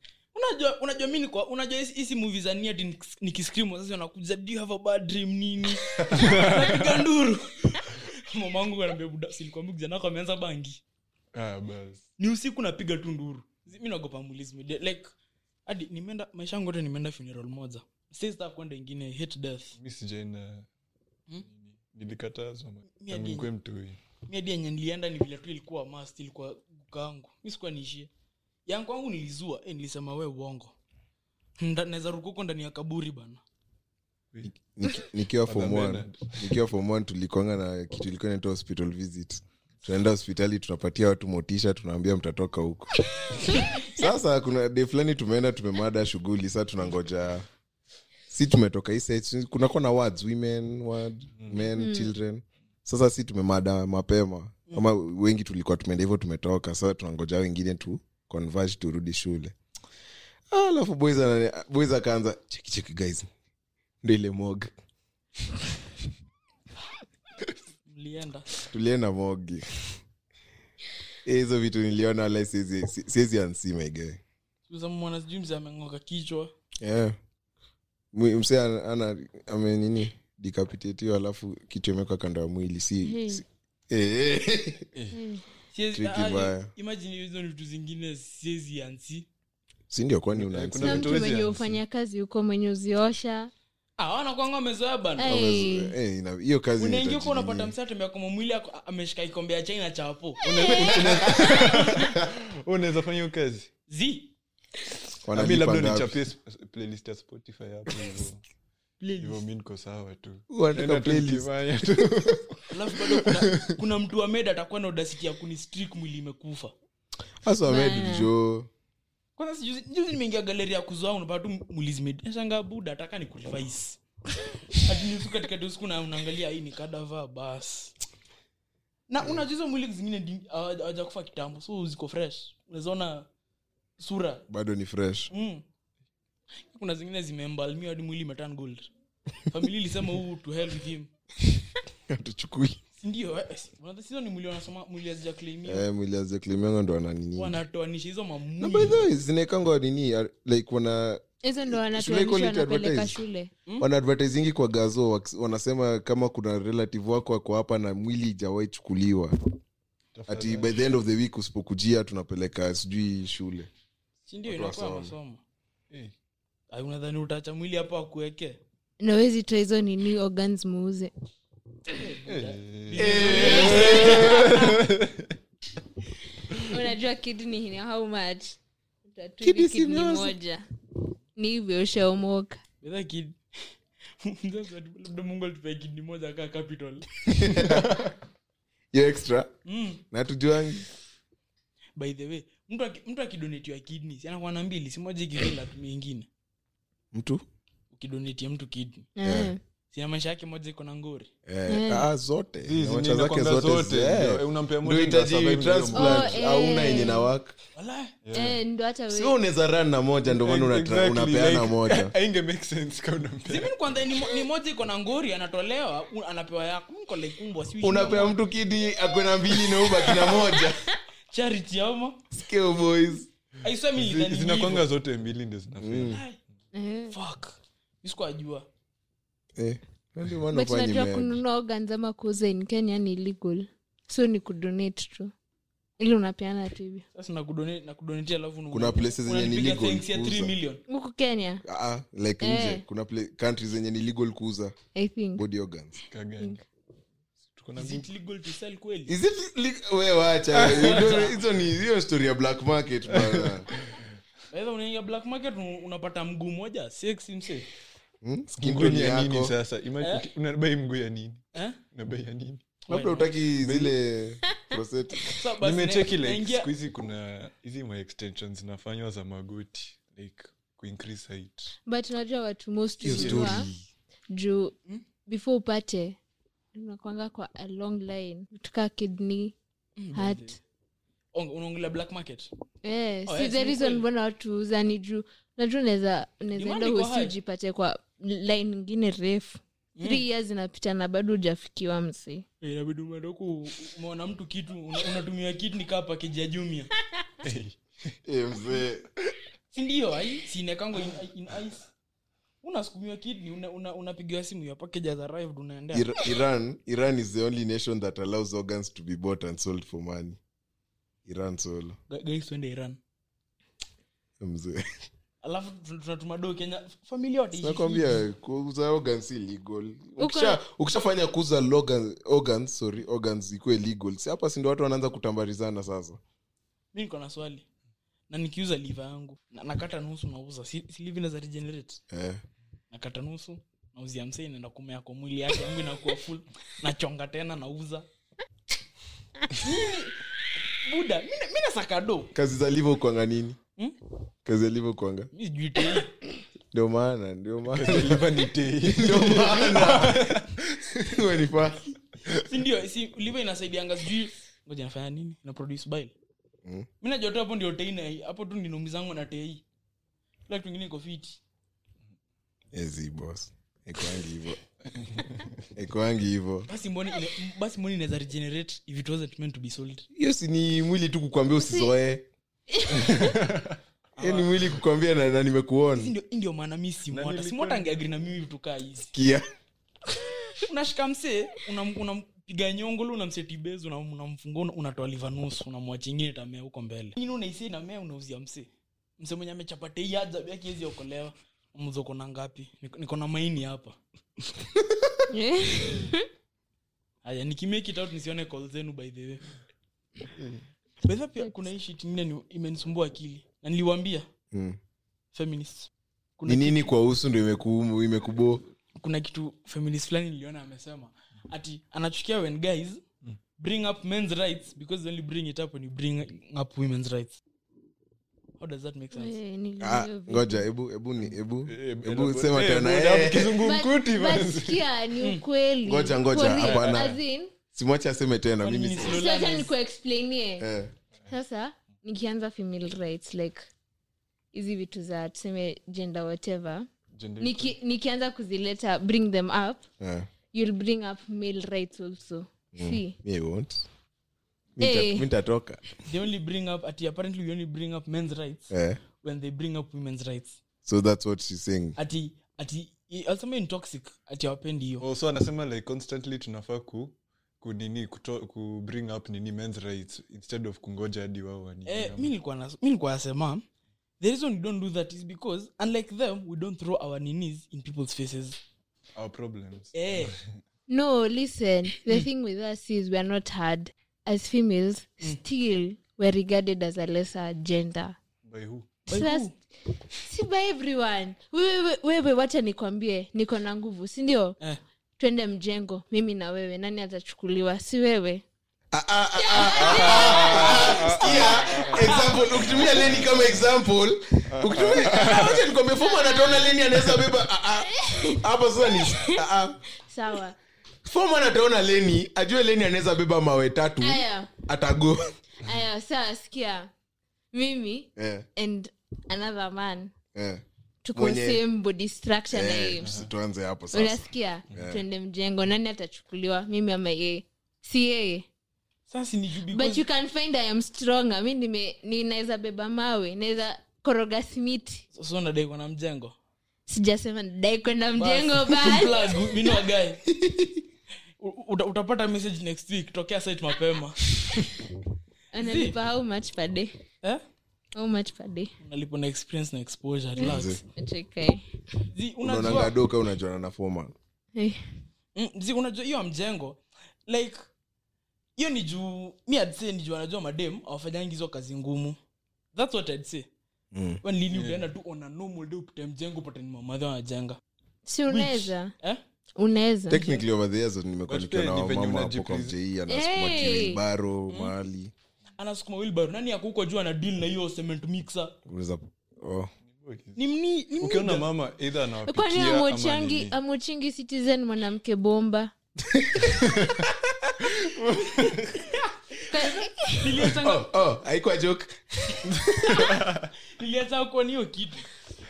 unajua unajua mi niko unajua hizi- hizi movie za nia nikiskrimo sasa wanakuja do you have a bad dream nini napiga nduru mamangu anaambia buda silikwambia kijana wako ameanza bangi ah bas ni usiku napiga tu nduru Zi- mi naogopa mulizimi like hadi nimeenda maisha yangu yote nimeenda funeral moja sista kwenda ingine I hate death mi sijaenda nini, nilikatazwa ma- Mi hadi- tangu nikuwe mtoi mi hadi yenye nilienda ni vile tu ilikuwa mast ilikuwa kaangu mi sikuwa niishie yangu wangu nilizua eh, nilisema we uongo Nda- naweza ruka huko ndani ya kaburi bana Niki- nikiwa form Father one Bernard. nikiwa form one tulikwanga na kitu ilikuwa inaitwa hospital visit tunaenda hospitali tunapatia watu motisha tunaambia mtatoka huko sasa kuna de fulani tumeenda tumemada shughuli sasa tunangoja si tumetoka hii side, si- kunakuwa na words women word, men children sasa si tumemada mapema ama wengi tulikuwa tumeenda hivyo tumetoka sasa tunangoja hao wengine tu converge turudi shule Ah, alafu boys anani- boys akaanza cheki cheki guys ndo ile mog mlienda tulienda mogi Eh, hizo vitu niliona wala siezi- si- siezi ansimaige mwana sijui mzee ameng'oka kichwa mse ana amenini dikapitetio alafu kichwa imekwa kando ya mwili si, Hey. si eh, eh. Siezi- Tricky ah, baya. imagine hizo ni vitu zingine siezi ansi si ndio kwani una Eh, ansi- kuna na vitu mtu huwezi mwenye answer. ufanya kazi huko mwenye uziosha Ah, wanakwanga wamezoea bana Ai. umezo- eh, ina- hiyo kazi unaingia inahitaji kuwa unapata nini? msee atembea kama mwili ako- ameshika ikombe ya china chapo Wewe unaweza fanya hiyo kazi zi mi Wanalipa labda ngapi? nichapie sp- playlist ya spotify hapo hivyo. hivyo mi niko sawa tu Wanataka Nenda tu playlist. nikifanya tu. alafu bado kuna, kuna mtu wa med atakuwa na udasiti ya kunistrik mwili imekufa Hasa wamed Bana. jo kwanza sijuzi juzi nimeingia galeri ya kuzaa unapata tu mulizimedashanga buda ataka ni kurivais atinisu katikati ya usiku na unaangalia hii ni kadava bas na unajuza mwili zingine ndi- hawa- hawajakufa kitambo so ziko fresh unazaona sura bado ni fresh mm. kuna zingine zimeembalmiwa hadi mwili imetan gold famili ilisema huu to hell with him tuchukui sindio eh, si- unadhani hizo ni mwili wanasoma mwili hazijaklaimia eh, mwili azeklimengo ndo ananini wanatoanisha hizo na by the mamwili way zinaekangwa nini ar- like wana hizo ndo iko wanatuanisha lit wanapeleka advertise? shule wanaadvertisingi kwa gazo waks- wanasema kama kuna relative wako ako hapa na mwili ijawai chukuliwa ati by the end of the week usipokujia tunapeleka sijui shule Si ndio Watu inakuwa wasome. masomo Eh. Ai, unadhani utacha mwili hapa akuweke nawezi toa hizo nini organs muuze unajua kidney ni how much Utatubi Kidney si kidney miozo. moja ni hivyo ushaomoka Bedha kid Mzazi ati, labda mungu alitupea kidney moja kaa capital hiyo extra Mm. na tujuangi by the way mtu aki- mtu akidonetiwa kidney si anakuwa na mbili si moja ikivila tu ingine mtu ukidonetia mtu kidney Eh. sina maisha yake moja iko na ngori eh, Eh. ah, zote Hizi wacha zake inakuanga zote, zote, eh. ndio, eh, unampea mtu Ndio ndio hitaji survive na hiyo transplant, moja. moja. Oh, hauna eh. yenye na work wala Eh, ndo hata we- sio unaweza ran na moja ndio maana una- Exactly, unapeana like, moja hainge make sense kama unampea. simin kwanza ni, mo- ni moja iko na ngori anatolewa u- anapewa yako mko like mbwa si unapea mtu kidi akona mbili na ubaki na moja charity ama Scale boys I swear mi nilidhani Zi- ni zinakwanga zote mbili ndio zinafanya hivyo. Ai, Eh. fuck Mi sikuwajua Eh, ndio maana but ufanye unajua mea. kununua organs ama kuuza in kenya ni illegal so ni kudonate tu ili unapeana tu hivyo sasa nakudonate- nakudonatea alafu una- Kuna places zenye ni unanipiga legal thanks ya 3 kuuza. million huku kenya Ah, ah, like Eh. nje kuna pla- countries zenye ni legal kuuza i think body organs Kagani. Mm. Tuko na is group. it legal to sell kweli Is it le- we wacha we don't- hizo ni hiyo story ya black market bana. aidha unaingia black market un- unapata mguu moja sex mse Hmm? Skin Mguu tone ni ya nini yako. sasa Imagine- Eh? unabai mguu ya nini eh unabai ya nini labda utaki zile prosthetic. Sasa basi na- nimecheki like naingia- siku hizi kuna hizi ma extensions zinafanywa za magoti like kuincrease height but unajua watu most Hiyo hununua story. juu Hmm? before upate unakwanga kwa a long line tukaa kidney Hmm, heart Ong- unaongelea black market eh, Oh, si yes, the ni reason kweli. mbona watu huuza ni juu najua unaweza Demand unawezaenda iko hosi high. ujipate kwa line ingine refu Hmm. mm. three years inapita na bado hujafikiwa msi Eh, inabidi umeenda huku umeona mtu kitu una- unatumia kitu ni kaa pakeji ya jumia Eh, mzee. sindio ai sinekango in, in ice unasukumiwa kidney unapigiwa una, unapigiwa simu ya package has arrived unaendea Ira- iran iran is the only nation that allows organs to be bought and sold for money iran solo Gu- guys tuende iran mzee alafu tun- tunatuma do kenya familia wataishi nakwambia kuuza organs si legal Uko- Ukisha- ukishafanya kuuza organ- organs sorry organs ikuwe legal si hapa sindo watu wanaanza kutambarizana sasa mi niko na swali na nikiuza liva yangu na, nakata nusu nauza si, si liva inaza regenerate eh. nakata nusu nauzia msei naenda kumea kwa mwili yake yangu inakuwa full nachonga tena nauza Mimi- buda mi na- mi nasaka do kazi za livo kwanga nini Hmm? kazi ya livo kwanga mi sijui tei ndio maana ndio maana Liver ni tei. ndio maana Wewe ni fa- sindio si liver inasaidianga sijui ngoja nafanya nini na produce bile Mm. mi najua tu hapo ndio tei na hapo tu ndinaumizangu na tei ila kitu ingine iko fiti Ezi boss ikwangi hivo ikwangi hivo basi mboni ina- m- basi mboni inaweza regenerate if it wasn't meant to be sold hiyo si ni mwili tu kukwambia usizoee hiyo ni mwili kukwambia na, na nimekuona Hizi ndio hii ndio maana mi si Na mwata si nilikuwa- mwata angeagri na mimi tukaa hizi kia unashika msee unam- unampiga nyongo lu unamsetibez unamfungua una unatoa liva nusu unamwacha ingine tamea huko mbele ingine unaisia inamea unauzia msee msee mwenye amechapate yajabi akiwezi okolewa mzoko na ngapi Niko- niko na maini hapa Eh, haya nikimake it out nisione call zenu by the way by the way pia kuna hii shit ingine ni- imenisumbua akili na niliwaambia mm. feminist kuna ni nini kwa usu ndo imekuumu imekubo kuna kitu feminist fulani niliona amesema ati anachukia when guys bring up men's rights because they only bring it up when you bring up women's rights how does that make sense Eh, niliona ah, hiyo video. ngoja hebu hebu ni hebu Eh, hebu eh, sema eh, tena buda, eh, But- kizungumkuti but manzi. sikia, Hmm. ni ukweli Ngoja, ngoja, For real, hapana. as in, simwache aseme tena mimi si- Feminist si acha lawlessness. nikuexplainie eh. sasa nikianza female rights like hizi vitu za tuseme gender whatever Gender Niki, nikianza kuzileta bring them up eh. you'll bring up male rights also see mi I won't Mi nita- Eh. mi nitatoka they only bring up ati apparently we only bring up men's rights eh. when they bring up women's rights so that's what she's saying Ah, ati ati i- alisema hiyo ni toxic ati awapendi hiyo oh, so anasema like constantly tunafaa ku kunini kuto, ku bring up nini men's rights instead of kungoja hadi wao wani eh, mi nilikuwa nas- mi nilikuwa nasema the reason we don't do that is because unlike them we don't throw our ninis in people's faces our problems eh, no listen Mm. the thing with us is we're not heard as females Mm. still we're regarded as a lesser gender by who By who? Sas- si by everyone wewe wewe wacha nikwambie niko na nguvu si ndio eh. twende mjengo mimi na wewe nani atachukuliwa si wewe ah, Sikia, example ukitumia leni kama example ukitumia Ah, acha nikwambie fomu anataona leni anaweza beba ah, ah. hapo sasa ni ah, ah. sawa fomu anataona leni ajue leni anaweza beba mawe Mm. tatu aya atago aya sawa sikia mimi Eh, and another man eh. tuko Mwenye- same body structure na Eh, yeye tuanze hapo sasa unasikia twende mjengo nani atachukuliwa mimi ama yeye si yeye sasa ni juu but because you can find i am stronger mi nime- ninaweza beba mawe naweza koroga simiti so nadai wana mjengo sijasema dai kwenda Basi. mjengo bad Plug, we know a guy. U- uta- utapata message next week tokea site mapema analipa how much per day eh? Mm. how much per day unalipo na experience na exposure relax. Achikae. Zi, unajua- unaonanga doka unajuana na foma Eh, Mm, zi unajua hiyo ya mjengo like hiyo ni juu mi I'd say ni juu anajua madem awafanyangi hizo kazi ngumu thats what I'd say Mm. Kwani lini utaenda tu on a normal day upite mjengo upate ni mamadhi wanajenga si unaweza eh? unaweza technically over the years nimekuwa But nikiona pia ni venye wamama hapo unajipresent. kwa mjei anasukuma Hey. Mm. kilibaro mahali anasukuma wilbaro nani ako huko juu ana deal na hiyo cement mixer unaweza oh. ni mni ni ukiona mni- mama eidha Eh, anawapikia kwani ama amochangi nini. amochingi citizen mwanamke bomba Kwa- niliachanga oh, haikuwa joke niliachanga kuwa ni hiyo kitu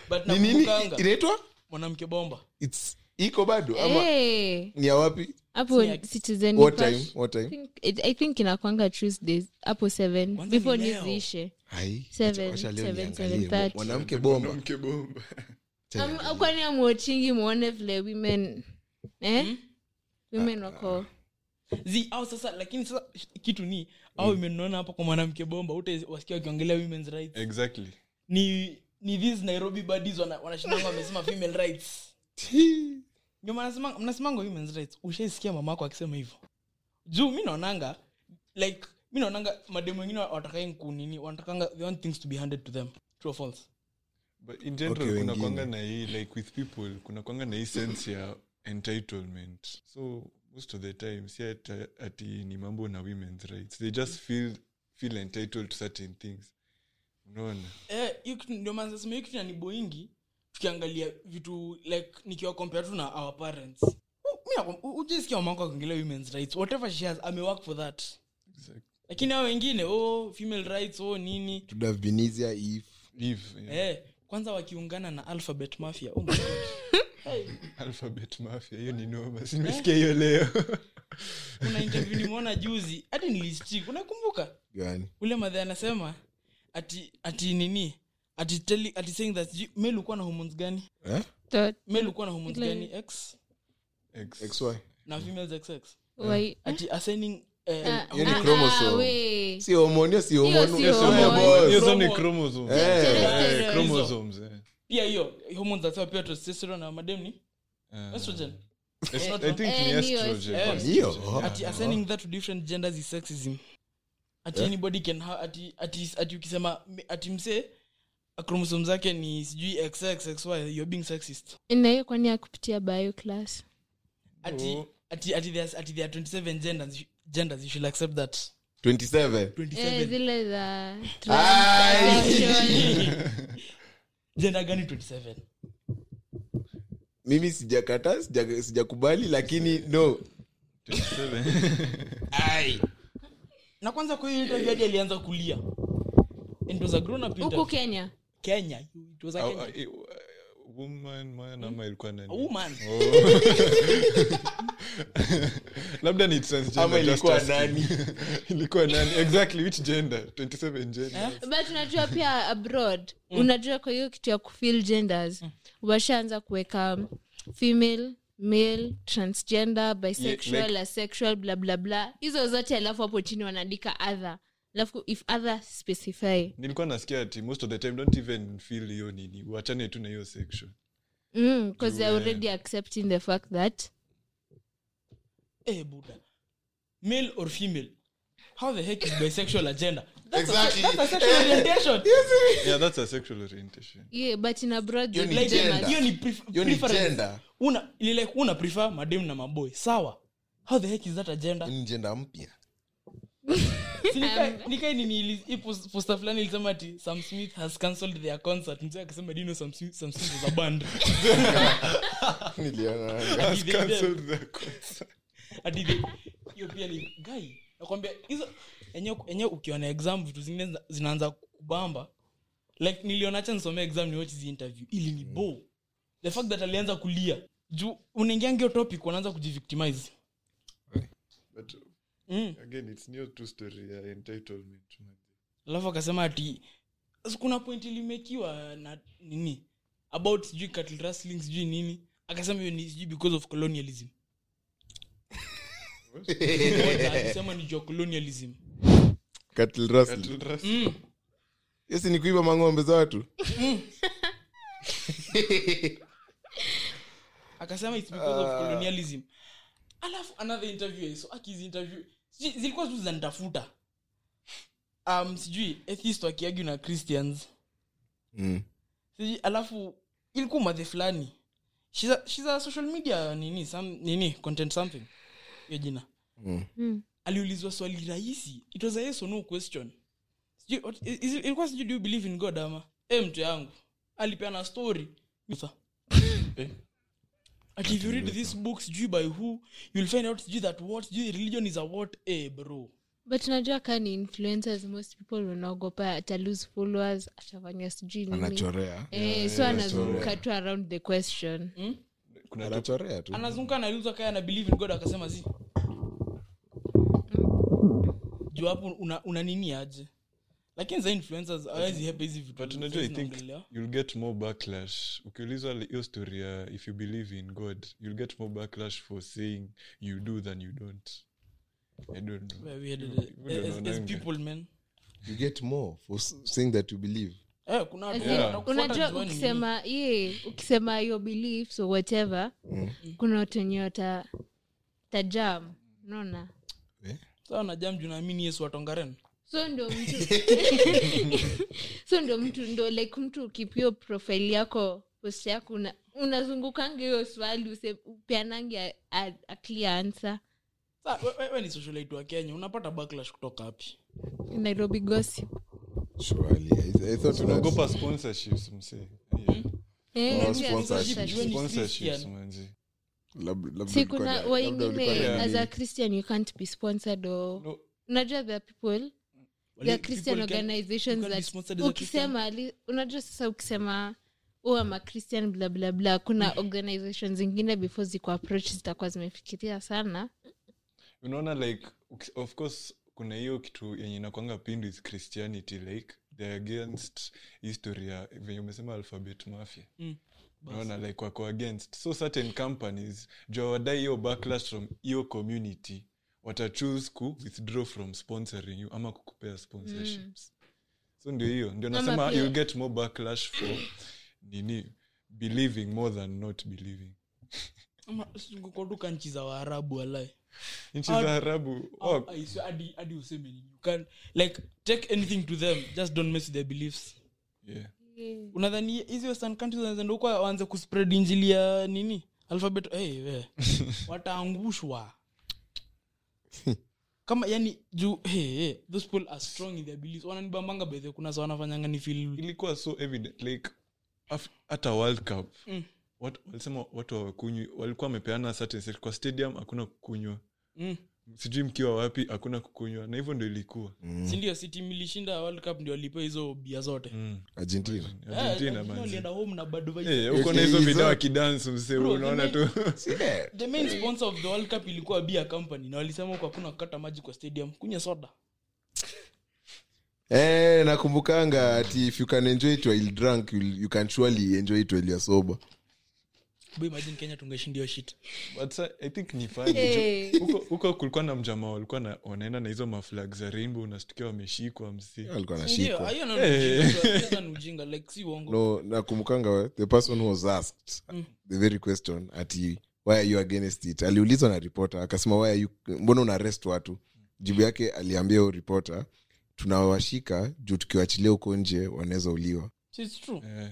but ni nini nakumbukanga inaitwa mwanamke bomba It's- iko bado ama Eh, ni ya wapi hapo Si- citizen what Nipashe. time what I time think- it- i think inakwanga tuesdays hapo seven Kwanza before ni news leo. ishe Hai, Seven, wacha leo seven, niangalie. seven thirty. mwanamke bomba Mwanamke bomba Wacha Am- niangalie. kwani amwochingi mwone vile women eh? Hmm? women Ah, wako zi au sasa lakini sasa kitu ni Mm. au imeniona hapa kwa mwanamke bomba ute wasikia wakiongelea women's rights exactly ni ni these nairobi badis wanashindanga wamesema female rights ndio mnasema- mnasemanga women's rights ushaisikia mamako akisema hivyo juu mi naonanga like mi naonanga mademu wengine watakae kunini wanatakanga they want things to be handed to them true or false but in general Okay, kuna wengine. kwanga na hii like with people kuna kwanga na hii sense ya entitlement so most of the time si ati, ati ni mambo na women's rights they just feel feel entitled to certain things unaona eh hiyo kitu ndio maana nasema hiyo kitu inaniboingi tukiangalia vitu like nikiwa compare tu na our parents ujaisikia mamako akiongelea women's rights whatever she has amework for that Exactly. lakini hao wengine oh female rights oh nini It would have been easier if Leave, yeah. eh, kwanza wakiungana na alphabet mafia oh my God. alphabet mafia hiyo ni noma simesikia hiyo leo kuna interview nimeona juzi hadi nilischik unakumbuka gani ule madhe anasema ati ati nini ati, telli, ati saying that sijui male ulikuwa na hormones gani eh? Tot- male ulikuwa na hormones Ile- gani x Ex- XY. na females xx wai- ati assigning eh, Ah, Eh. hiyo ni ah, chromosome. ah, we. si homoni hiyo si homoni. si Yes, homoni. we are boys. hizo ni Chromo- chromosomes. Eh. Eh, Hizo. chromosomes, eh. pia hiyo hormones zasewa pia testosterone na mademni Ah. estrogen Est- not I think Eh, ni ni estrogen. estrogen. First Hiyo? estrogen. ati assigning that to different genders is sexism ati anybody can ha- ati, ati, ati ukisema mi- ati msee chromosome zake ni sijui xxxy you're being sexist Na hiyo kwani ya kupitia bio class ati Oh. ati ati there's ati there are 27 genders genders you should accept that 27 eh, 27 zile za Ai. transaction. gender gani 27 mimi sijakataa sijaka- sijakubali lakini no 27. na kwanza kwa hiyo interview hadi alianza kulia and it was a grown up huku interview kenya Oh, Kenya it was a Au- Kenya eh, woman man ama ilikuwa nani Oh. woman labda ni transgender, Ama just ilikuwa asking. nani? ilikuwa nani exactly which gender 27 gender but unajua pia abroad unajua kwa hiyo kitu ya kufil genders washaanza kuweka um, female male transgender bisexual like- asexual bla bla bla hizo zote alafu hapo chini wanaandika other alafu if other specify nilikuwa nasikia ati most of the time don't even feel hiyo nini wachane tu na hiyo section mm, cause they're Juu, eh. already accepting the fact that eh buda male or female how the heck is bisexual agenda that's, Exactly. Eh. a, that's a sexual orientation yeah that's a sexual orientation yeah but in abroad Hiyo they ni give them gender. as- hiyo ni pref- Hiyo ni preference. gender. una ni like una prefer madem na maboy sawa how the heck is that agenda Ni jenda mpya Si nikae- nikae nini ili- hii pos- poster fulani ilisema ati sam smith has cancelled their concert mzee akasema dino sam smith, sam smith is a band niliona Has Give them- cancelled their concert. ati the- hiyo pia ni gai nakwambia hizo enyewe enye ukiwa na exam vitu zingine zina- zinaanza kubamba like nilionacha nisomea exam niwatch zi interview ili ni bo the fact that alianza kulia juu unaingia ngio topic wanaanza kujivictimize but mm. again it's new two story uh, ya entitlement man. alafu akasema ati "Sasa kuna point ilimekiwa na nini about sijui cattle rustling sijui nini akasema hiyo ni sijui because of colonialism Kwanza alisema ni juu ya colonialism Cattle rustling. Cattle rustling. mm. Hiyo si ni kuiba mang'ombe za watu akasema it's because of colonialism alafu another interview eh, so akizi interview sijui- zilikuwa tu zanitafuta um, sijui atheist wakiagu na christians Mm. sijui alafu ilikuwa madhe fulani she's a, she's a social media nini some, nini content something hiyo jina Mm. aliulizwa swali rahisi it was a yes or no question Sijui what- is- is- ilikuwa sijui do you believe in god ama e mtu yangu alipeana story Sasa. Eh. Ati if you read this book sijui by who you'll find out sijui that what sijui religion is a what eh bro but unajua kaa ni influencers most people wanaogopa atalose followers atafanya sijui nini anachorea Mm. eh, so anazunguka tu around the question kuna tu anachorea tu anazunguka analiuza kaya na believe in god akasema zi juu hapo una, una nini aje lakini za influencers hawezi hepa hizi vitu but unajua i think zinaongelelewa. you'll get more backlash ukiulizwa li- hiyo story ya if you believe in god you'll get more backlash for saying you do than you don't i don't know Where we had, We don't as, know as nani. people man you get more for s- saying that you believe eh, kuna watu As in, wanakufuata unajua juani nini. ukisema yeah, ukisema hiyo beliefs or whatever Mm. kuna watu wenye wata tajam naona sawa na jam juu naamini yesu atongaren so ndo mtu so ndo mtu ndo like mtu ukipio profile yako post yako una, unazungukanga hiyo swali use- upeanange a, a, a clear answer Sa, we- we- we ni socialite wa kenya unapata backlash kutoka hapi nairobi gossip Oh, surely i, I thought tunaogopa sponsorships msee yeah. Eh, pia Oh, sponsorship. sponsorship. Ni sponsorships Christian. manzi Lab- labda si ulikuwa kuna na- labda wengine ulikuwa na Yeah. as a nini. christian you can't be sponsored or no unajua there are people there are christian organizations you can't be that sponsored as a ukisema li- unajua sasa ukisema ama christian bla bla bla kuna organizations zingine before ziko approach zitakuwa zimefikiria sana unaona like uki- of course kuna hiyo kitu yenye inakwanga pindu is christianity like they're against history ya venye umesema alphabet mafia Mm. Basi. unaona like wako against so certain companies juu hawadai hiyo backlash from hiyo community watachuse ku withdraw from sponsoring you ama kukupea sponsorships so ndio hiyo ndio Ama nasema pia- you'll get more backlash for nini believing more than not believing Ama, si- kwa duka nchi za waarabu walai nchi Au- za arabu oh, I swear, hadi hadi useme nini. you can like take anything to them just don't mess with their beliefs yeah. unadhani hizi western countries wanaenda huko waanze kuspread injili ya nini alphabet hey, we wataangushwa kama yani juu hey, hey, those people are strong in their beliefs wananibambanga bethe kuna sa wanafanyanga ni feel ilikuwa so evident like af- hata world cup Mm. wat- walisema watu hawakunywi walikuwa wamepeana certain set- kwa stadium hakuna kukunywa mm. sijui mkiwa wapi hakuna kukunywa na hivyo ndo ilikuwa sindio siti milishinda world cup ndio alipewa hizo bia zote mm. argentina argentina Eh, manzi. alienda home na bado vai- Eh, uko na hizo Hizo- video akidansi msee Bro, unaona tu Yeah. the main sponsor of the world cup ilikuwa beer company na walisema huko hakuna kukata maji kwa stadium kunywa soda Eh, nakumbukanga ati if you can enjoy it while drunk you, you can surely enjoy it while you're sober Boy, imagine kenya tungeshindio shit But sa- i think ni funny ju- Eh. huko huko kulikuwa na mjamaa walikuwa na- wanaenda na hizo maflag za rainbow unastukia wameshikwa msi Eh. alikuwa Ndio, nashikwa hiyo na Eh. ujinga, bro. Hiyo na ujinga like si uongo no nakumbukanga we, the person who was asked the very question ati why are you against it aliulizwa na reporter akasema why are you mbona una arrest watu jibu yake aliambia huyo reporter tunawashika juu tukiwachilia huko nje wanaweza uliwa So it's true Eh,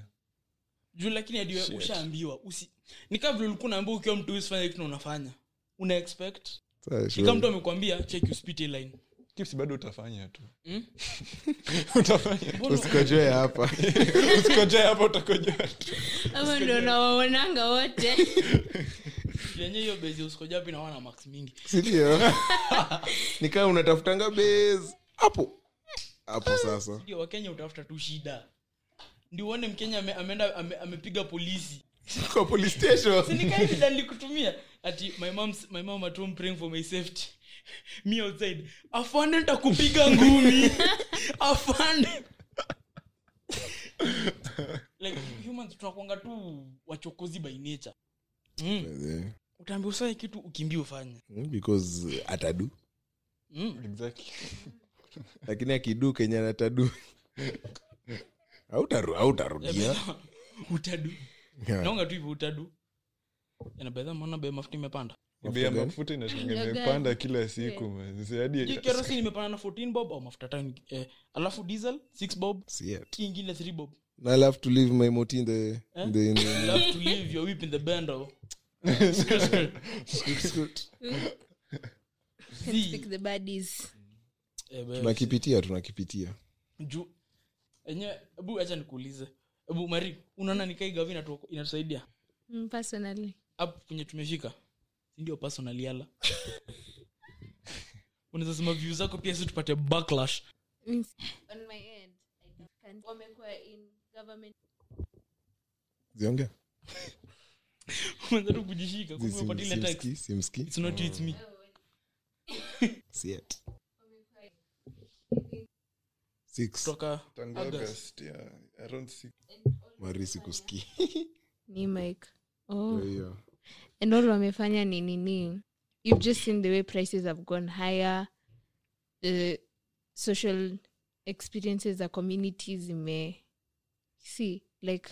juu lakini adiwe Shit. ushaambiwa usi ni kama vile ulikuwa unaambiwa ukiwa mtu usifanye kitu na unafanya una expect Sasa, ni kama sure. mtu amekwambia check uspite line Kips bado utafanya tu Hmm? Mm? utafanya Mbona- usikojoe hapa usikojea hapa utakojea tu ama ndo nawaonanga wote yenye hiyo bezi usikojapi na wana max mingi sindio nikaa unatafutanga base hapo hapo sasa ndio wakenya utafuta tu shida ndio uone mkenya ame- ameenda ame- amepiga polisi kwa police station sinikaivida nilikutumia ati my mom's, my mom at home praying for my safety me outside afande ntakupiga ngumi afande like humans tunakwanga tu wachokozi by nature mm. Yeah. utaambia usae kitu ukimbia ufanye because atadu mm. exactly lakini akidu kenya natadu Hautaru- hautarudia Eh, utadu Yeah. naonga tu hivyo utadu yanabedha maona bei mafuta imepanda bei ya gani? mafuta Ndio gani? inatengemepanda kila siku manzi Hii hadi kerosene imepanda na 14 bob au mafuta tani eh, alafu diesel 6 bob See it. hii ingine 3 bob And I'll have to leave my moti in Eh? the, in the, in the You have to leave your whip in the bando. Can't speak the baddies. Eh, bwana. tunakipitia tunakipitia Ju- enye- ebu acha nikuulize ebu mari unaona nikai gavi inatu- inatusaidia Mm, personally ap kwenye tumefika ndio personal yala unaweza sema view zako pia si tupate backlash Means- on my end I don't- can't- wamekuwa in government ziongea unaweza tu kujishika kumbe Sim- upate ile text. simski simski It's not you, it's me See it. Six. kutoka tangu August. August, yeah, around six. marisi kuski ni mike oh. Kwa hiyo, and all wamefanya ni nini you've just seen the way prices have gone higher the social experiences za communities zime see like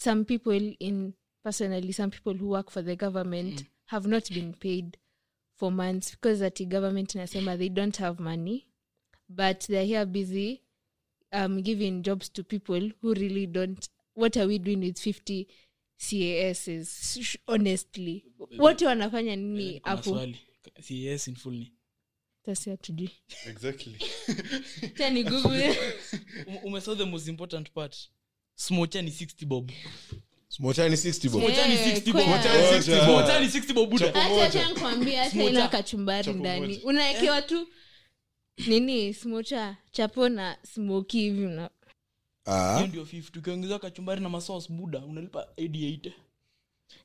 some people in personally some people who work for the government have not been paid for months because ati government nasema they don't have money but they're here busy um, giving jobs to people who really don't what are we doing with 50 cass Sh- honestly wote wanafanya nini kuna hapo swali CS in full ni sasa hatujui Exactly. Acha ni google Um- umesaw the most important part smocha ni 60 bob smochani 60 bob. smocha ni Eh, 60 bob kweli. Smocha ni 60 bob. Moja. Smocha ni 60 bob buda. Acha- acha nikwambie hata Smocha. ila kachumbari Chapo ndani moja. Eh? unawekewa tu nini smocha chapo na smoki hivi una- hiyo Ah, ndio 50 ukiongeza kachumbari na masos buda unalipa 88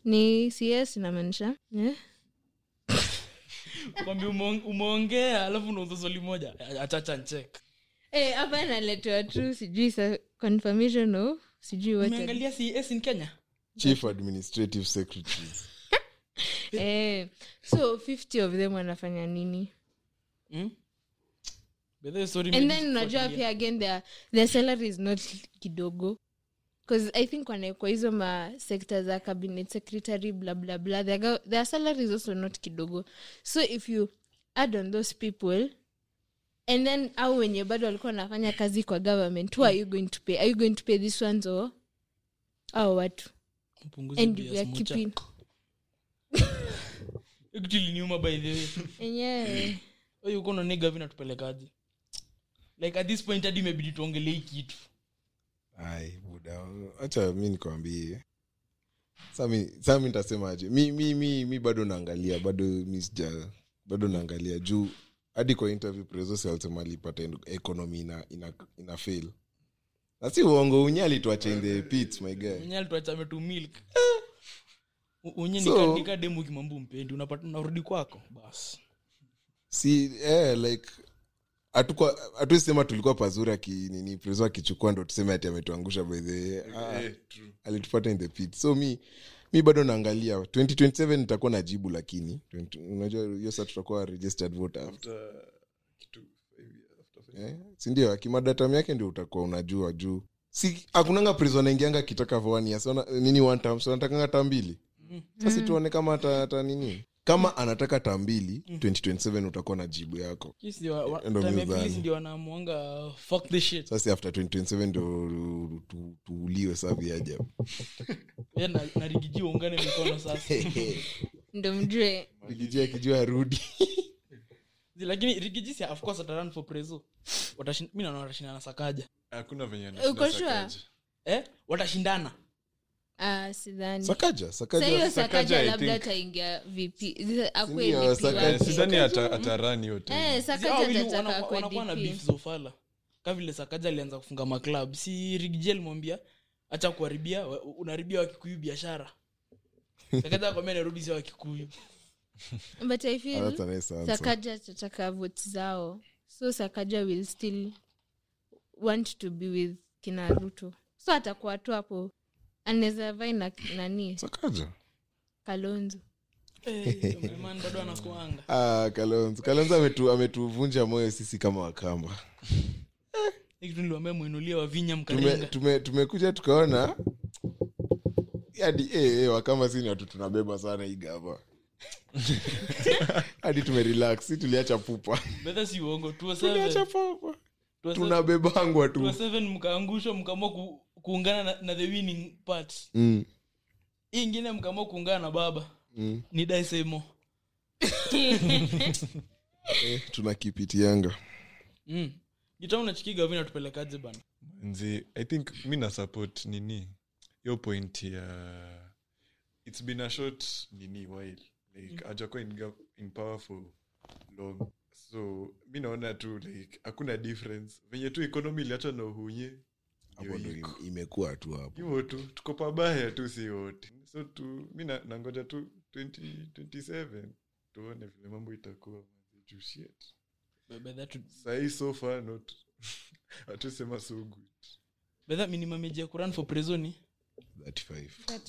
ni cs inamaanisha eh? kwambia umeong- umeongea alafu unauza swali moja achacha nchek Eh, hapa naletewa tu sijui sa confirmation of sijui what umeangalia cs in kenya chief administrative secretaries eh, so 50 of them wanafanya nini Hmm? By the way, sorry, and maybe then unajua sikufuatilia. pia again their, their salary is not kidogo bcause i think wanaekwa hizo ma sector za cabinet secretary bla bla bla their, go- their salary is also not kidogo so if you add on those people and then au wenye bado walikuwa wanafanya kazi kwa government who are you going to pay are you going to pay these ones or au watu Mpunguze and bei we ya are smocha. keeping Actually, niuma by the way enyewe Wewe uko unaona hii gavi inatupelekaje? like at this point hadi imebidi tuongelee hii kitu ai buda hacha mi nikwambie sa mi nitasemaje mi, mi, mi, mi bado naangalia bado mi sija bado naangalia juu hadi kwa interview prezos alisema alipata in- economy ina, ina, ina fail na si uongo unye alituacha in the pits my guy Unye alituachame tu milk U- unye So- nikandika demu kimambu mpendi unapata unarudi kwako basi si eh, like hatukuwa- hatuwezi sema tulikuwa pazuri akinini prezo akichukua ndo tuseme ati ametuangusha by the way. Ah, Eh, true. alitupata in the pit so mi mi bado naangalia 2027 nitakuwa na jibu lakini 20 unajua hiyo saa tutakuwa registered voter After kitu five years, after five eh, sindio akimadatam yake ndio utakuwa unajua juu si akunanga prison aingianga akitaka for one year. So, na- nini one term so anatakanga ta mbili sasa tuone kama ata, ata nini kama anataka ta mbili 2027 utakuwa na jibu yako Kisi ndio wa- wa- Ndio time ya mizani. kisi ndio wanaamwanga fuck this shit sasa after 2027 ndo tu- tu- tuuliwe saa viaja Yeye Yaani na- na Rigiji waungane mikono sasa ndo mjue ikijia akijua arudi Zi- lakini rigiji si of course atarun for preso Watashin- mi naona watashindana sakaja hakuna venye Uko anashinda sure? Sakaja. eh watashindana ah, sidhani sakaja Sa hiyo sakaja Sakaja, sakaja I labda think. ataingia VP. Akuwe Sindio, VP Sakaja- Eh, wake. sidhani ata- atarun hiyo Eh, tena. Mm. Zi- hao sakaja wawili atataka wana- akuwe wanakuwa na DP. beef zofala ka vile sakaja alianza kufunga maclub si rigiji alimwambia acha kuharibia wa- unaharibia wakikuyu biashara sakaja akwambia nairobi sio wakikuyu But I Ah, feel that's a nice answer. sakaja atataka vote zao so sakaja will still want to be with kinaruto so atakuwa tu hapo anaweza vai na nani sakaja kalonzo Eh, man, bado anakuanga Ah, kalonzo kalonzo ametu- ametuvunja moyo sisi kama wakamba Ni kitu niliwaambia mwinulie wavinya Tume- mkaringa tume- tumekuja tukaona hadi eh, eh, wakama si ni watu tunabeba sana hii gava hadi tumerelax si tuliacha pupa bedha si uongo tuo tuliacha seven pupa Tuo seven- tunabebangwa tuo tu seven mkaangushwa mkaamua ku- kuungana na, na the winning part Mm, hii ingine mkaamua kuungana na baba mm. ni daisemo Eh, tunakipitianga mm. gita unachikiga vina tupelekaje bana Nzi, i think mi nasupport nini yo point ya it's been a short nini while like ajakuwa in, gov- in power for long so mi naona tu like hakuna difference venye tu economy iliacha na uhunye hapo ndo iko. im- imekuwa tu hapo hivo tu tuko pabaya tu si wote so tu mi na- nangoja tu 2027 tuone vile mambo itakuwa Juu shit. bedha tu sahii so far not hatusema so good bedha minimum age ya kuran for prisoni 35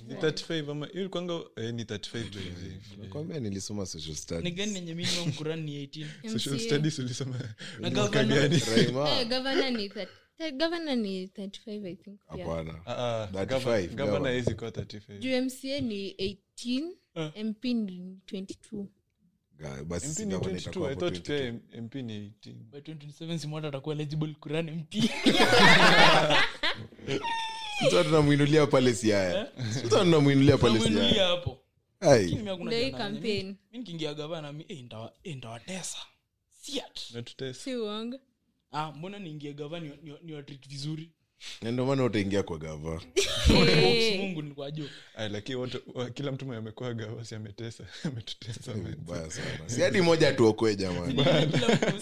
ni 35 ama hiyo ilikuwanga eh, ni 35 by the way. nakwambia nilisoma social ni studies gani yenye minimum kuran ni 18 Social MCA. studies ulisoma Na ni mwaka governor. gani? Eh, Raima, governor ni thir- thir- governor ni 35 i think yeah. hapana Ah, ah, 35, governor- governor governor. haezi kuwa 35. juu mca ni 18 Ah. mp ni 22 Ga- basi MP si ni kama 22, nitakuwa I hapo thought 22. pia MP ni 18. by 2027 simwata atakuwa eligible kuran mp Sasa tunamwinulia pale siaya Sasa tunamwinulia pale siaya mwinulia hapo Ai. Kimi hakuna Ndio hii jana, nani? campaign. mi nikiingia gavana mi eh, ndawa- eh, ndawatesa siat Natutesa. si uongo ah, mbona niingie gava ni, ni, ni watrit vizuri Na ndio maana utaingia kwa gava Eh, Box mungu nikwajua Ai, lakini wote- wa- kila mtu mwenye amekuwa gawasi ametesa ametutesa mbaya sana si hadi moja atuokoe jamani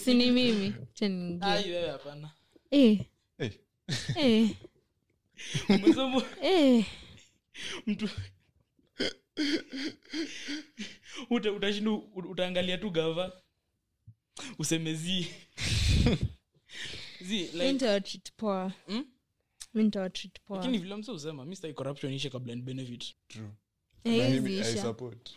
si ni mimi teniingia wewe hapana eh, Eh, eh, Mwezomo- eh. mtu Uta- utashinda u- utaangalia tu gava useme zi zi Mi like, nitawatreat poa Hmm? Mi nitawatreat poa. lakini vile mse usema mi sitaki corruption ishe kabla ni benefit true. Na Haiwezi mimi- I isha. support.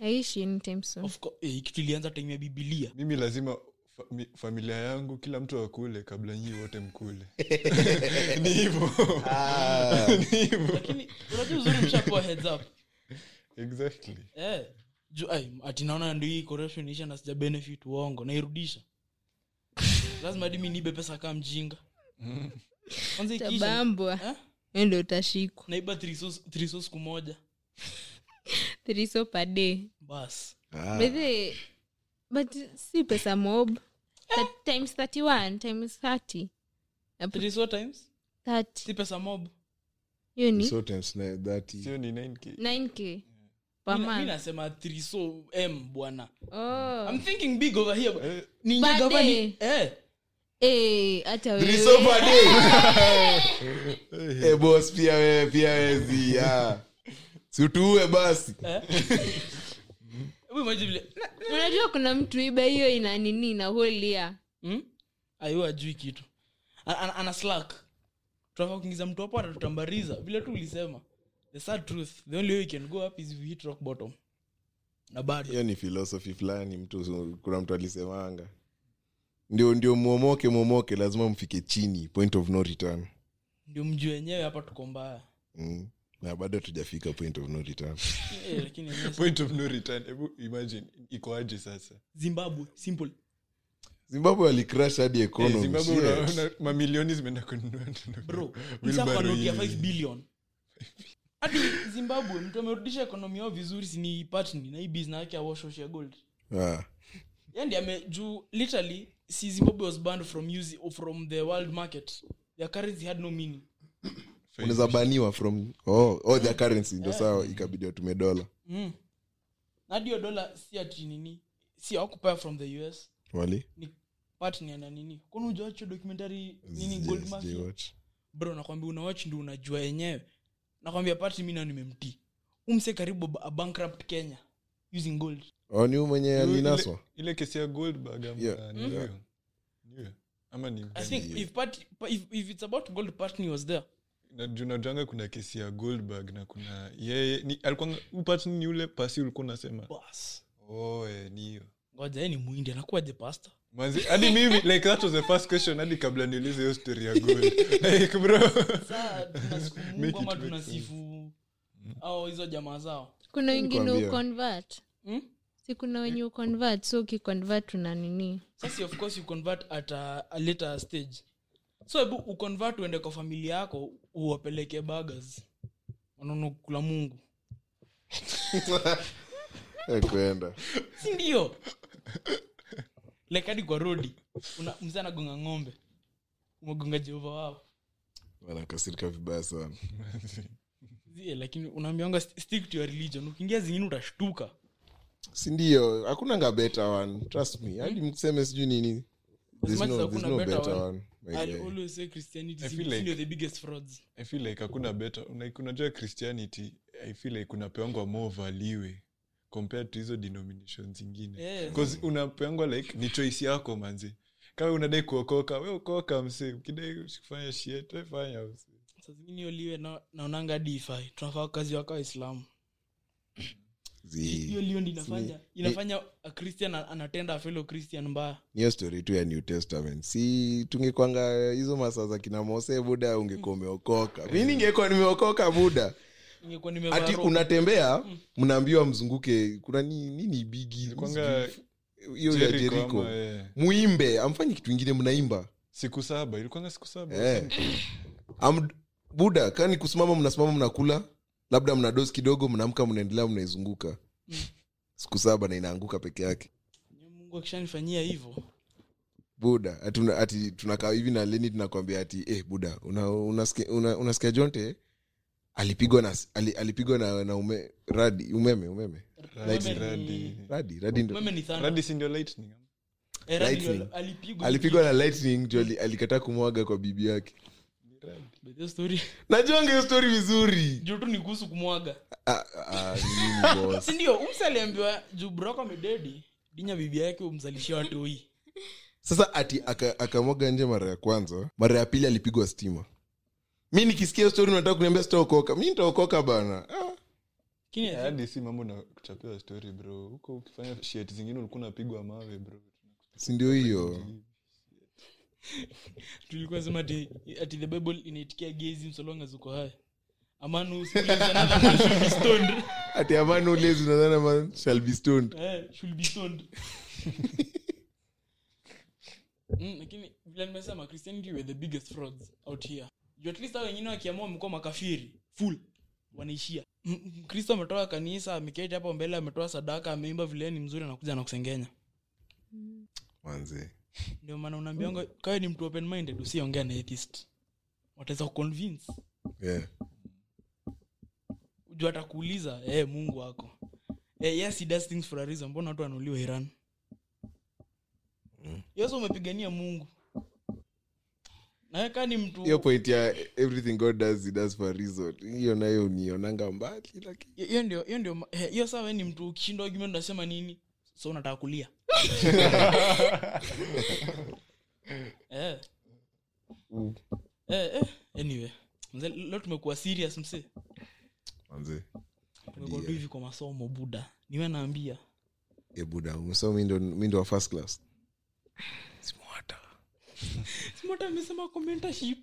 Haiishi anytime soon. of course eh, kitu ilianza time ya bibilia mimi lazima fa- mi- familia yangu kila mtu akule kabla nyii wote mkule ni hivo Ah. ni hivo lakini unajua uzuri mshakuwa heads up exactly eh ju ai ati naona ndio hii corruption isha na sija benefit uongo nairudisha lazima hadi mi niibe pesa kaa mjinga kwanza ikiisha tabambwa eh? Wewe ndio utashikwa naiba triso siku moja thriso per day bas Ah, By the way, but si pesa mob That times 31 times 30 Na put triso times 30 si pesa mob hiyo ni Eh. so times na- that- sio ni 9k 9k per Mi na- mi month nasema three so m bwana Oh. i'm thinking big over here but- Ni Per nyega day. bani- eh Eh, hata Three wewe so per day. Eh, boss, pia wewe pia wewe zi, ah. Si utuue basi eh. Hebu imagine vile na- unajua kuna mtu iba hiyo ina nini na holia hmm? ayu ajui kitu ana, ana, ana slack tunafaa kuingiza mtu hapo atatutambariza vile tu ulisema the sad truth the only way you can go up is if you hit rock bottom na bado hiyo ni philosophy fulani mtu kuna mtu alisemanga ndio ndio mwomoke mwomoke lazima mfike chini point of no return ndio mji wenyewe hapa tuko mbaya mm. na bado tujafika point of no return Eh, lakini yenyewe- point of no return hebu imagine ikoaje sasa zimbabwe simple zimbabwe alicrash hadi Eh, economy zimbabwe shit. unaona mamilioni zimeenda kununua bro Wheelbarrow msakanokia hivi. 5 billion hadi zimbabwe mtu amerudisha ekonomi yao vizuri sini patni na hii bizna yake ya wash wash ya gold Ah. yani ame juu literally si zimbabwe was banned from use, from the world market their currency had no meaning unaweza baniwa from oh, oh, their currency ndio sawa ikabidi watume dola mm. na hiyo dola si ati nini si hawakupea from the us wali ni patni ana nini kuna ujawacho documentary nini Sijai- gold sijai mafia watch. bro nakwambia unawach ndi unajua yenyewe nakwambia pati mi na nimemtii umse karibu ba- a bankrupt kenya using gold Oh, ni huyu mwenye Ile- alinaswa ile kesi ya goldberg ama- Yeah. ni huyo? Ni huyo? ama ni i think mgani? if, Pat- pa- if, if it's about gold patni was there Na juu najuanga kuna kesi ya goldberg na kuna yeye ni alikuwa upatni ni ule pasi ulikuwa unasema bas oh, eh, ni hiyo ngoja yeye ni muhindi anakuwaje pasta Manzi, hadi mimi like that was the first question hadi kabla niulize hiyo story ya gold like bro saa tunasifu Make mungu it ama make tunasifu au hizo jamaa zao kuna wengine Nikuambia. uconvert hmm? si kuna wenye uconvert so ukiconvert una nini sasa of course you convert at a, a later stage so hebu uconvert uende kwa familia yako uwapeleke bagas wanaona kula mungu Eh, kwenda si ndio like hadi kwa rodi una- mzee anagonga ng'ombe umegonga jehova wao wanakasirika vibaya sana Zie, lakini unaambianga st- stick to your religion ukiingia zingine utashtuka sindio hakuna nga better one trust me hadi mseme sijui nini There's much as no- Hmm? hakuna there's no better better one, one, my guy. I'll always say christianity I si- feel si like- ndio the biggest frauds i feel like hakuna better like unajua christianity i feel like unapeangwa more value eh, compared to hizo denomination zingine Yeah. Cause unapeangwa like ni choice yako manzi kama unadai kuokoka we okoka msi ukidai kufanya shit we fanya msi saa zingine hiyo liwe na- naonanga hadi ifai tunafaa kazi waka waislamu Zi- hiyo liwe ndi inafanya inafanya a christian a- anatenda a fellow christian mbaya niyo story tu ya new testament si tungekwanga hizo masaa za kina mose buda ungekuwa umeokoka mi ningekuwa nimeokoka buda ingekuwa ati nimevaa unatembea Hmm. mnaambiwa mzunguke kuna ni- nini bigi Ilikuwanga hiyo ya Jericho jeriko ama, eh, muimbe amfanyi kitu ingine mnaimba siku saba ilikuanga siku saba Eh. Am- buda kani kusimama mnasimama mnakula labda mna dosi kidogo mnaamka mnaendelea mnaizunguka siku saba na inaanguka peke yake mungu akishanifanyia hivyo buda ati una- ati tunakaa hivi na leni tunakwambia ati eh, buda unasikia una, unasikia- una, unasikia jonte alipigwa na ali, alipigwa na, na ume, radi umeme umeme Radi, Umeme radi. ni- radi radi ndo umeme ni thunder. radi si ndio lightning Eh, radi lightning. ndio alipigwa alipigwa na lightning ndio ali- alikataa kumwaga kwa bibi yake By the story najonga hiyo story vizuri juu tu ni kuhusu kumwaga ah, ah, nini boss sindio umse aliambiwa juu broko amededi dinya bibi yake umzalishia watoi sasa ati aka- akamwaga nje mara ya kwanza mara ya pili alipigwa stima mi nikisikia stori nataka kuniambia sitaokoka mi nitaokoka bana ah. Lakini I think hadi si mambo na kuchapewa story bro huko ukifanya shit zingine ulikuwa unapigwa mawe bro sindio hiyo tulikuwa sema ati ati the bible inaitikia gezi msolonga zuko haya amanu another man should be stoned ati amani ulezi nadhana man shall be stoned Eh, should be stoned Mm, lakini vile nimesema christianity were the biggest frauds out here Juu at least hao wengine wakiamua wamekuwa makafiri full wanaishia Mm, mm, kristo ametoka kanisa ameketi hapo mbele ametoa sadaka ameimba vile ni mzuri anakuja anakusengenya manze ndio maana unaambianga kawe ni mtu open minded usiongea na atheist wataweza kuconvince yeah. juu atakuuliza eh mungu wako Eh, yes he does things for a reason mbona watu wanauliwa iran Mm. yesu umepigania mungu naweka ni mtu hiyo point ya everything god does he does for a reason hiyo nayo nionanga mbali lakini hiyo ndio hiyo ndio ma- eh, hiyo saa we ni mtu ukishinda argument unasema nini so unataka kulia eh. Eh, eh. anyway Mzee, leo tumekuwa serious msee manze tumekuwa tu Ndio. hivi kwa masomo buda niwe naambia e buda umesoma mi ndo- mi ndo wa first class simwata simota amesema commentership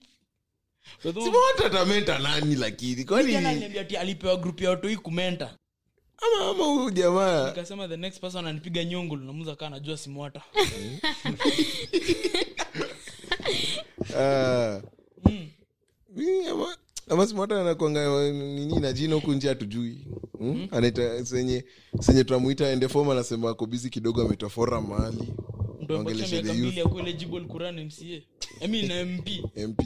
Kwa hivyo, simwata tamenta nani lakini kwani kijana aliniambia ati alipewa group ya watu hii kumenta ama ama huyu jamaa nikasema the next person ananipiga nyongo namuza kaa najua simwata Ah. Mi ama- ama simwata anakwanga nini na jina huku nje hatujui Hmm? mm? anaita senye senye tunamuita ende fom anasema ako bizi kidogo ametoa forum mahali Ndio Ongeleshe amepatia miaka the youth. mbili ya kuwa eligible kuran mca ami na mp mp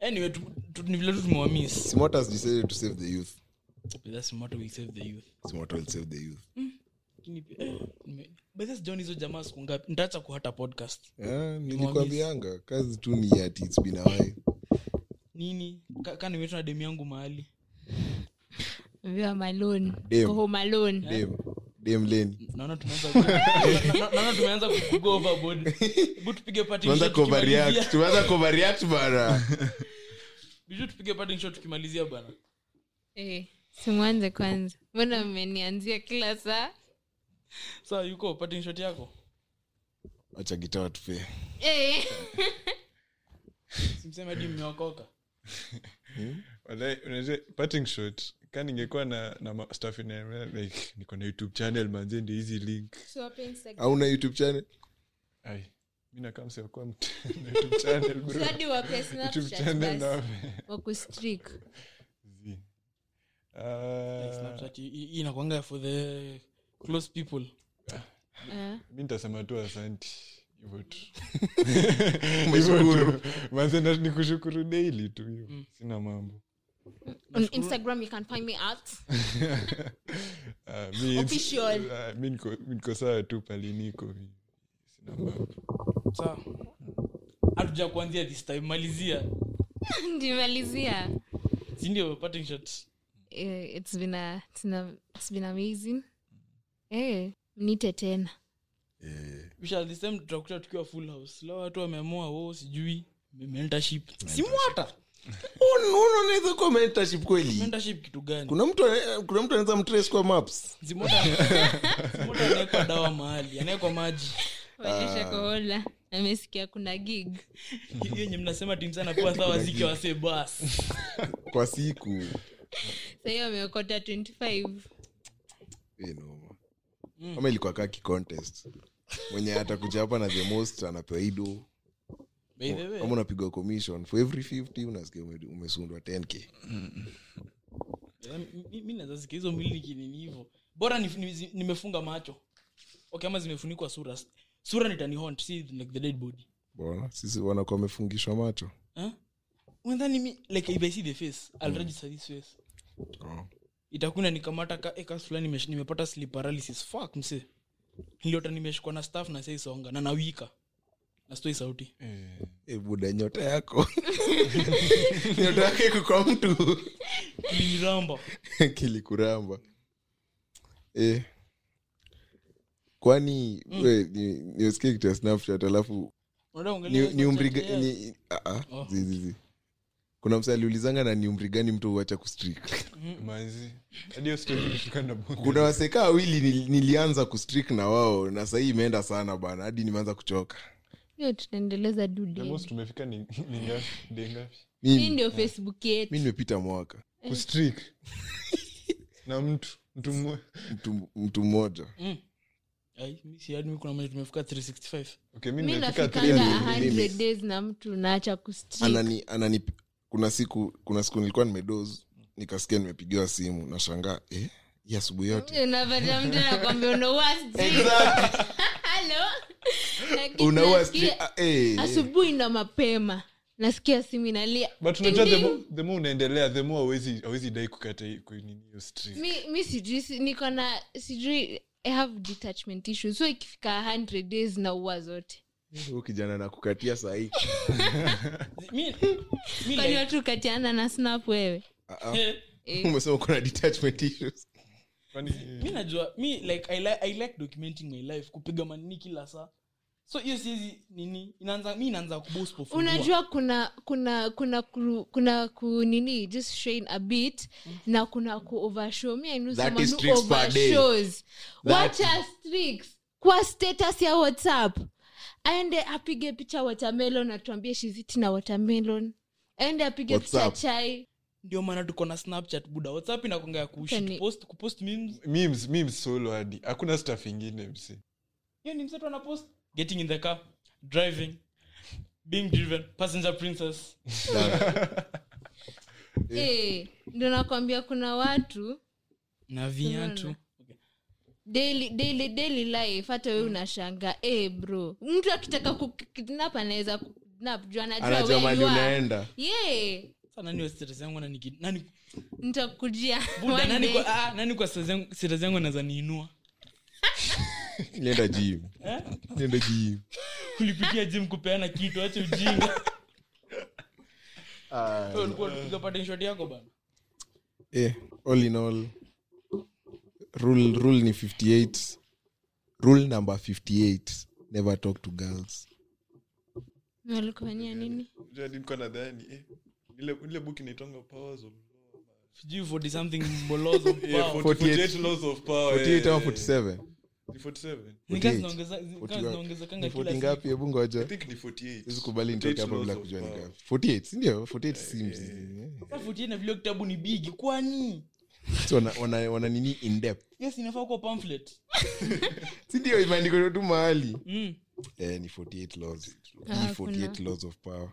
anyway tu- tu- ni vile tu tumewamis simwata has decided to save the youth That's smart we save the youth. simwata will save the youth Lakini pia, eh, nime- by this John hizo jamaa siku ngapi nitaacha kuhata podcast Ah, nilikwambianga kazi tu ni ati its been a Eh? while. nini ka, ka nimeitwa na demu yangu mahali We are alone. Ah, Damn. Go home alone. Dem- dem leni naona tumeanza ku- na- na- naona tumeanza ku- kugo overboard hebu tupige parting tuanza shot tukimalizia. kuoverreact tuanza kuoverreact bana Bijuu tupige parting shot tukimalizia bana Eh, simwanze kwanza mbona mmenianzia ah? kila saa saa yuko parting shot yako acha gitaa tupe Eh. simseme hadi mmeokoka Walai, unajua, parting shot ka ningekuwa na, na ma- stuff ina- like niko na youtube channel manze ndio hizi link auna youtube channel ai mi nakamsewakuwa youtube channel bro Hadi wape youtube Snapchat channel basi. nawe. Wakustrick. Zi. Ah, Snapchat i- i- inakuanga for the close people Ah. mi nitasema tu asanti hivo tu Umeshukuru. mazena ni kushukuru daily tu hiyo sina mambo On Instagram you can find me at Ah, mi- Official. ah, mi niko- mi niko sawa tu paliniko mi sina mambo saa hatuja kuanzia this time malizia ndimalizia sindio parting shot Eh, it's been a, it's been a, it's been amazing eh mnite tena Misha, this time tutakuta tukiwa full house la watu wameamua wo sijui mentorship si mwata unaona unaweza kuwa mentorship kweli mentorship kitu gani kuna mtu ane- kuna mtu anaweza mtrace kwa maps zimota zimota anaekwa dawa mahali anaekwa maji Ah. waonyesha kohola amesikia kuna gig hiyo yenye mnasema tim sana kuwa sawa zike wase bas kwa siku sahii ameokota 25 Eh, noma. ama ilikuwa kaki contest mwenye atakuja hapa na the most anapewa ido by the way ama unapigwa commission for every 50 unasikia ume- umesundwa 10k eh, mi- mi naweza sikia hizo mbili kinini hivo bora nif- ni- nimefunga macho okay ama zimefunikwa sura sura nitanihont si like the dead body bona sisi wanakuwa wamefungishwa macho huh? wendhani mi like if i see the face Mm. i'll register this face oh. itakuna nikamata ka ekas fulani nimesh- nimepata sleep paralysis fuck mse niliota nimeshikwa na staff na saisonga na nawika nastoi sauti Eh, e buda nyota yako nyota yako iko kwa mtu kiliniramba kilikuramba eh. kwani mm. we ni- niusikie kitu ya snapchat alafu Unataka ni, kuongelea ni hizo umri chat ga- AI? ni, ah, ah, Oh. zi, zi, zi. kuna msa aliulizanga na ni umri gani mtu huacha kustrik manzi hadi hiyo story ilishtuka na bongo. kuna waseka wawili nil, nilianza kustrik na wao na sahii imeenda sana bana hadi nimeanza kuchoka hiyo tunaendeleza The dude most tumefika ni ni ngapi day ngapi hii mi ndio facebook mi yetu nimepita mwaka Eh. kustrik na mtu mtu mmoja mtu, mtu mmoja Ai, mi si hadi mi kuna mwenye tumefika 365 okay mi mi nimefika nafikanga three. 100 days na mtu naacha kustrick anani, anani kuna siku kuna siku nilikuwa nimedoz nikasikia nimepigiwa simu nashangaa eh? hii asubuhi yote unapata mtu nakwambia unaua street. Hello? Lakini unaua nasikia stre- ah, eh, eh. asubuhi na mapema nasikia simu inalia but Ding, unajua the ding. more- the more unaendelea the more awezi, awezi dai kukata hii- kuinini hiyo streak. mi, mi sijui si- niko na sijui i have detachment issues so ikifika 100 days na ua zote Huyu kijana nakukatia sahii Mi- mi kwani like- watu ukatiana na snap wewe Ah, eh. umesema kuna detachment issues Kwani- mi najua mi like I, li i like documenting my life kupiga manini kila saa so hiyo siezi nini inaanza mi inaanza kuboost kufungua. unajua kuna kuna kuna ku- kuna kunini just strain a bit na kuna ku overshow mi That is streaks per day. ainushows That- wacha streaks kwa status ya whatsapp aende apige picha watermelon atuambie shiziti na watermelon aende apige picha WhatsApp. chai ndio maana tuko na snapchat buda whatsapp inakongea Kani- kushitpost kupost memes memes- memes solo hadi hakuna staff ingine msi hiyo ni msetu anapost getting in the car driving being driven passenger princess Eh, ndio nakwambia kuna watu na viatu okay. daily, daily, daily life hata we unashanga e bro mtu akitaka kukidnap anaweza kukidnap juu anajua anajua where mali you are. unaenda yeah sana nani wa stress yangu nani ki- nani nitakujia buda one nani day. kwa ah, nani kwa stress yangu stress yangu anaweza niinua nienda jim nienda jim kulipitia gym kupeana kitu acha ujinga Ah. Wewe ulikuwa unapiga parting shot yako bana yeah, Eh, all in all rule, rule ni 58 rule number 58 never talk to girls walikufanyia nini Unajua hadi nilikuwa nadhani eh, ile ile book inaitwanga powers of Law. sijui 40 something mbolozo Yeah, mbao. 40 48 48 laws of power, 48 eh. ama 47 Ni 47. Ni 48. kazi zinaongeza- ni kazi 41. zinaongezekanga Ni 40 kila siku ngapi hebu ngoja I think ni 48. sikubali nitoke hapa 48 bila laws of kujua ni power. ngapi 48 sindio 48 seems yeah. Sasa 48 na vile kitabu ni bigi kwani So wana, wana, wana nini in depth yes inafaa kuwa pamphlet sindio imeandikwa tu mahali mm. eh, ni 48 laws Ni Ah, 48 kuna. laws of power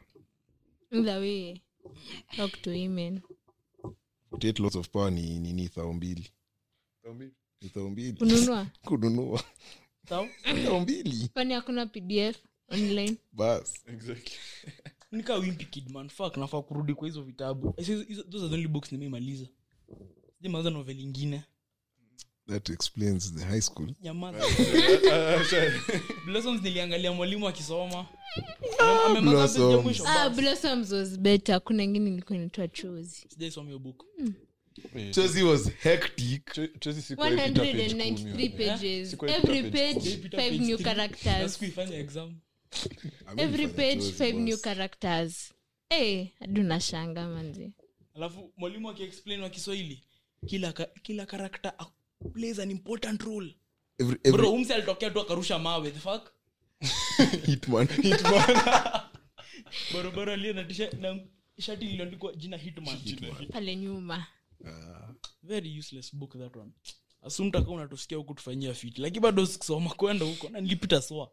Either way, talk to women 48 laws of power ni nini ni thao mbili Kambi. ni thao mbili kununua kununua sawa thao mbili kwani hakuna pdf online bas Exactly. nika wimpi kidman fuck nafaa kurudi kwa hizo vitabu I say, hizo- those are the only books nimeimaliza sijamaliza novel ingine that explains the high school nyamaza Eh, Ah, sorry. blossoms niliangalia mwalimu akisoma Ame- amemaliza page ya mwisho, ah, bas. blossoms was better kuna ingine ilikuwa inaitwa chozi sijaisoma hiyo book Mm. Chelsea was hectic Cho- chozi sikuwahi pita page kumi. 193 pages Sikuwahi every pita page page kumi. Ilipita five page new three. Na characters sikuifanya exam every page Chelsea five was- new characters eh hadi unashanga manzi alafu mwalimu akiexplain wa kiswahili kila ka, kila karakta plays an important role every, bro every umse alitokea tu akarusha mawe the fuck hitman barabara aliye na tisha na shati iliandikwa jina hitman pale nyuma very useless book that one asumtaka unatusikia huku tufanyia fiti lakini bado sikusoma kwenda huko na nilipita soa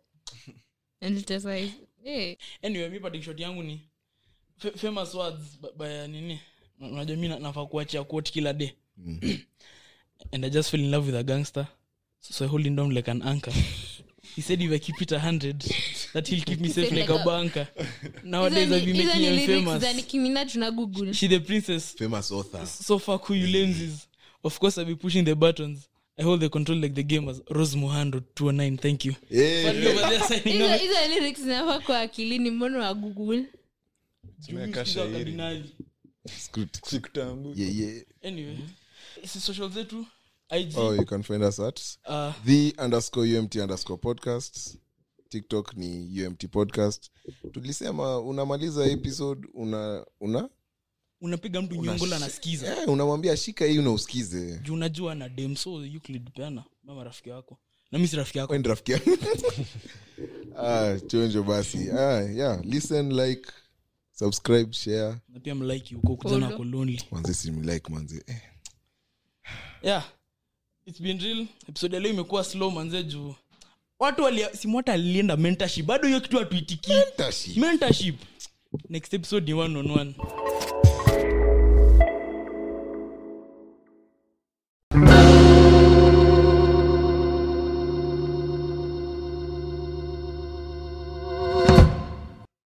and it was like eh anyway mi parting shot yangu ni fa- famous words by, by nini unajua mi na- nafaa kuachia quote kila day and i just fell in love with a gangster so, so i hold him down like an anchor he said if i keep it a hundred that he'll keep me safe said like like a a- banker nowadays hizo i've ni- been hizo making him ni lyrics za famous Nicki Minaj na google she the princess famous author so fuck who you lames is of course i'll be pushing the buttons i hold the control like the gamers rose muhando 209 thank you Eh, But over there signing hizo off hizo lyrics zinafaa kwa akilini mbono wa google Juu Tumeweka sikiza shairi. kardinali. script. Sikutambui. Yeah, yeah. anyway Mm-hmm. si social zetu ig Oh, you can find us at uh, the underscore umt underscore podcast tiktok ni umt podcast tulisema unamaliza episode una una unapiga mtu nyongola anasikiza eh, unamwambia shika hii unausikize juu unajua na dem so euclid peana mama rafiki yako na mi si rafiki yako Wewe ni rafiki yangu ah, chonjo basi ah, yeah. listen like subscribe share na pia mlike huko kujana Follow. ako lonely manze simlike manze eh. yeah its been real episode ya leo imekuwa slow manze juu watu walia simwata alienda mentorship bado hiyo kitu hatuitikii Tashi. mentorship next episode ni one on one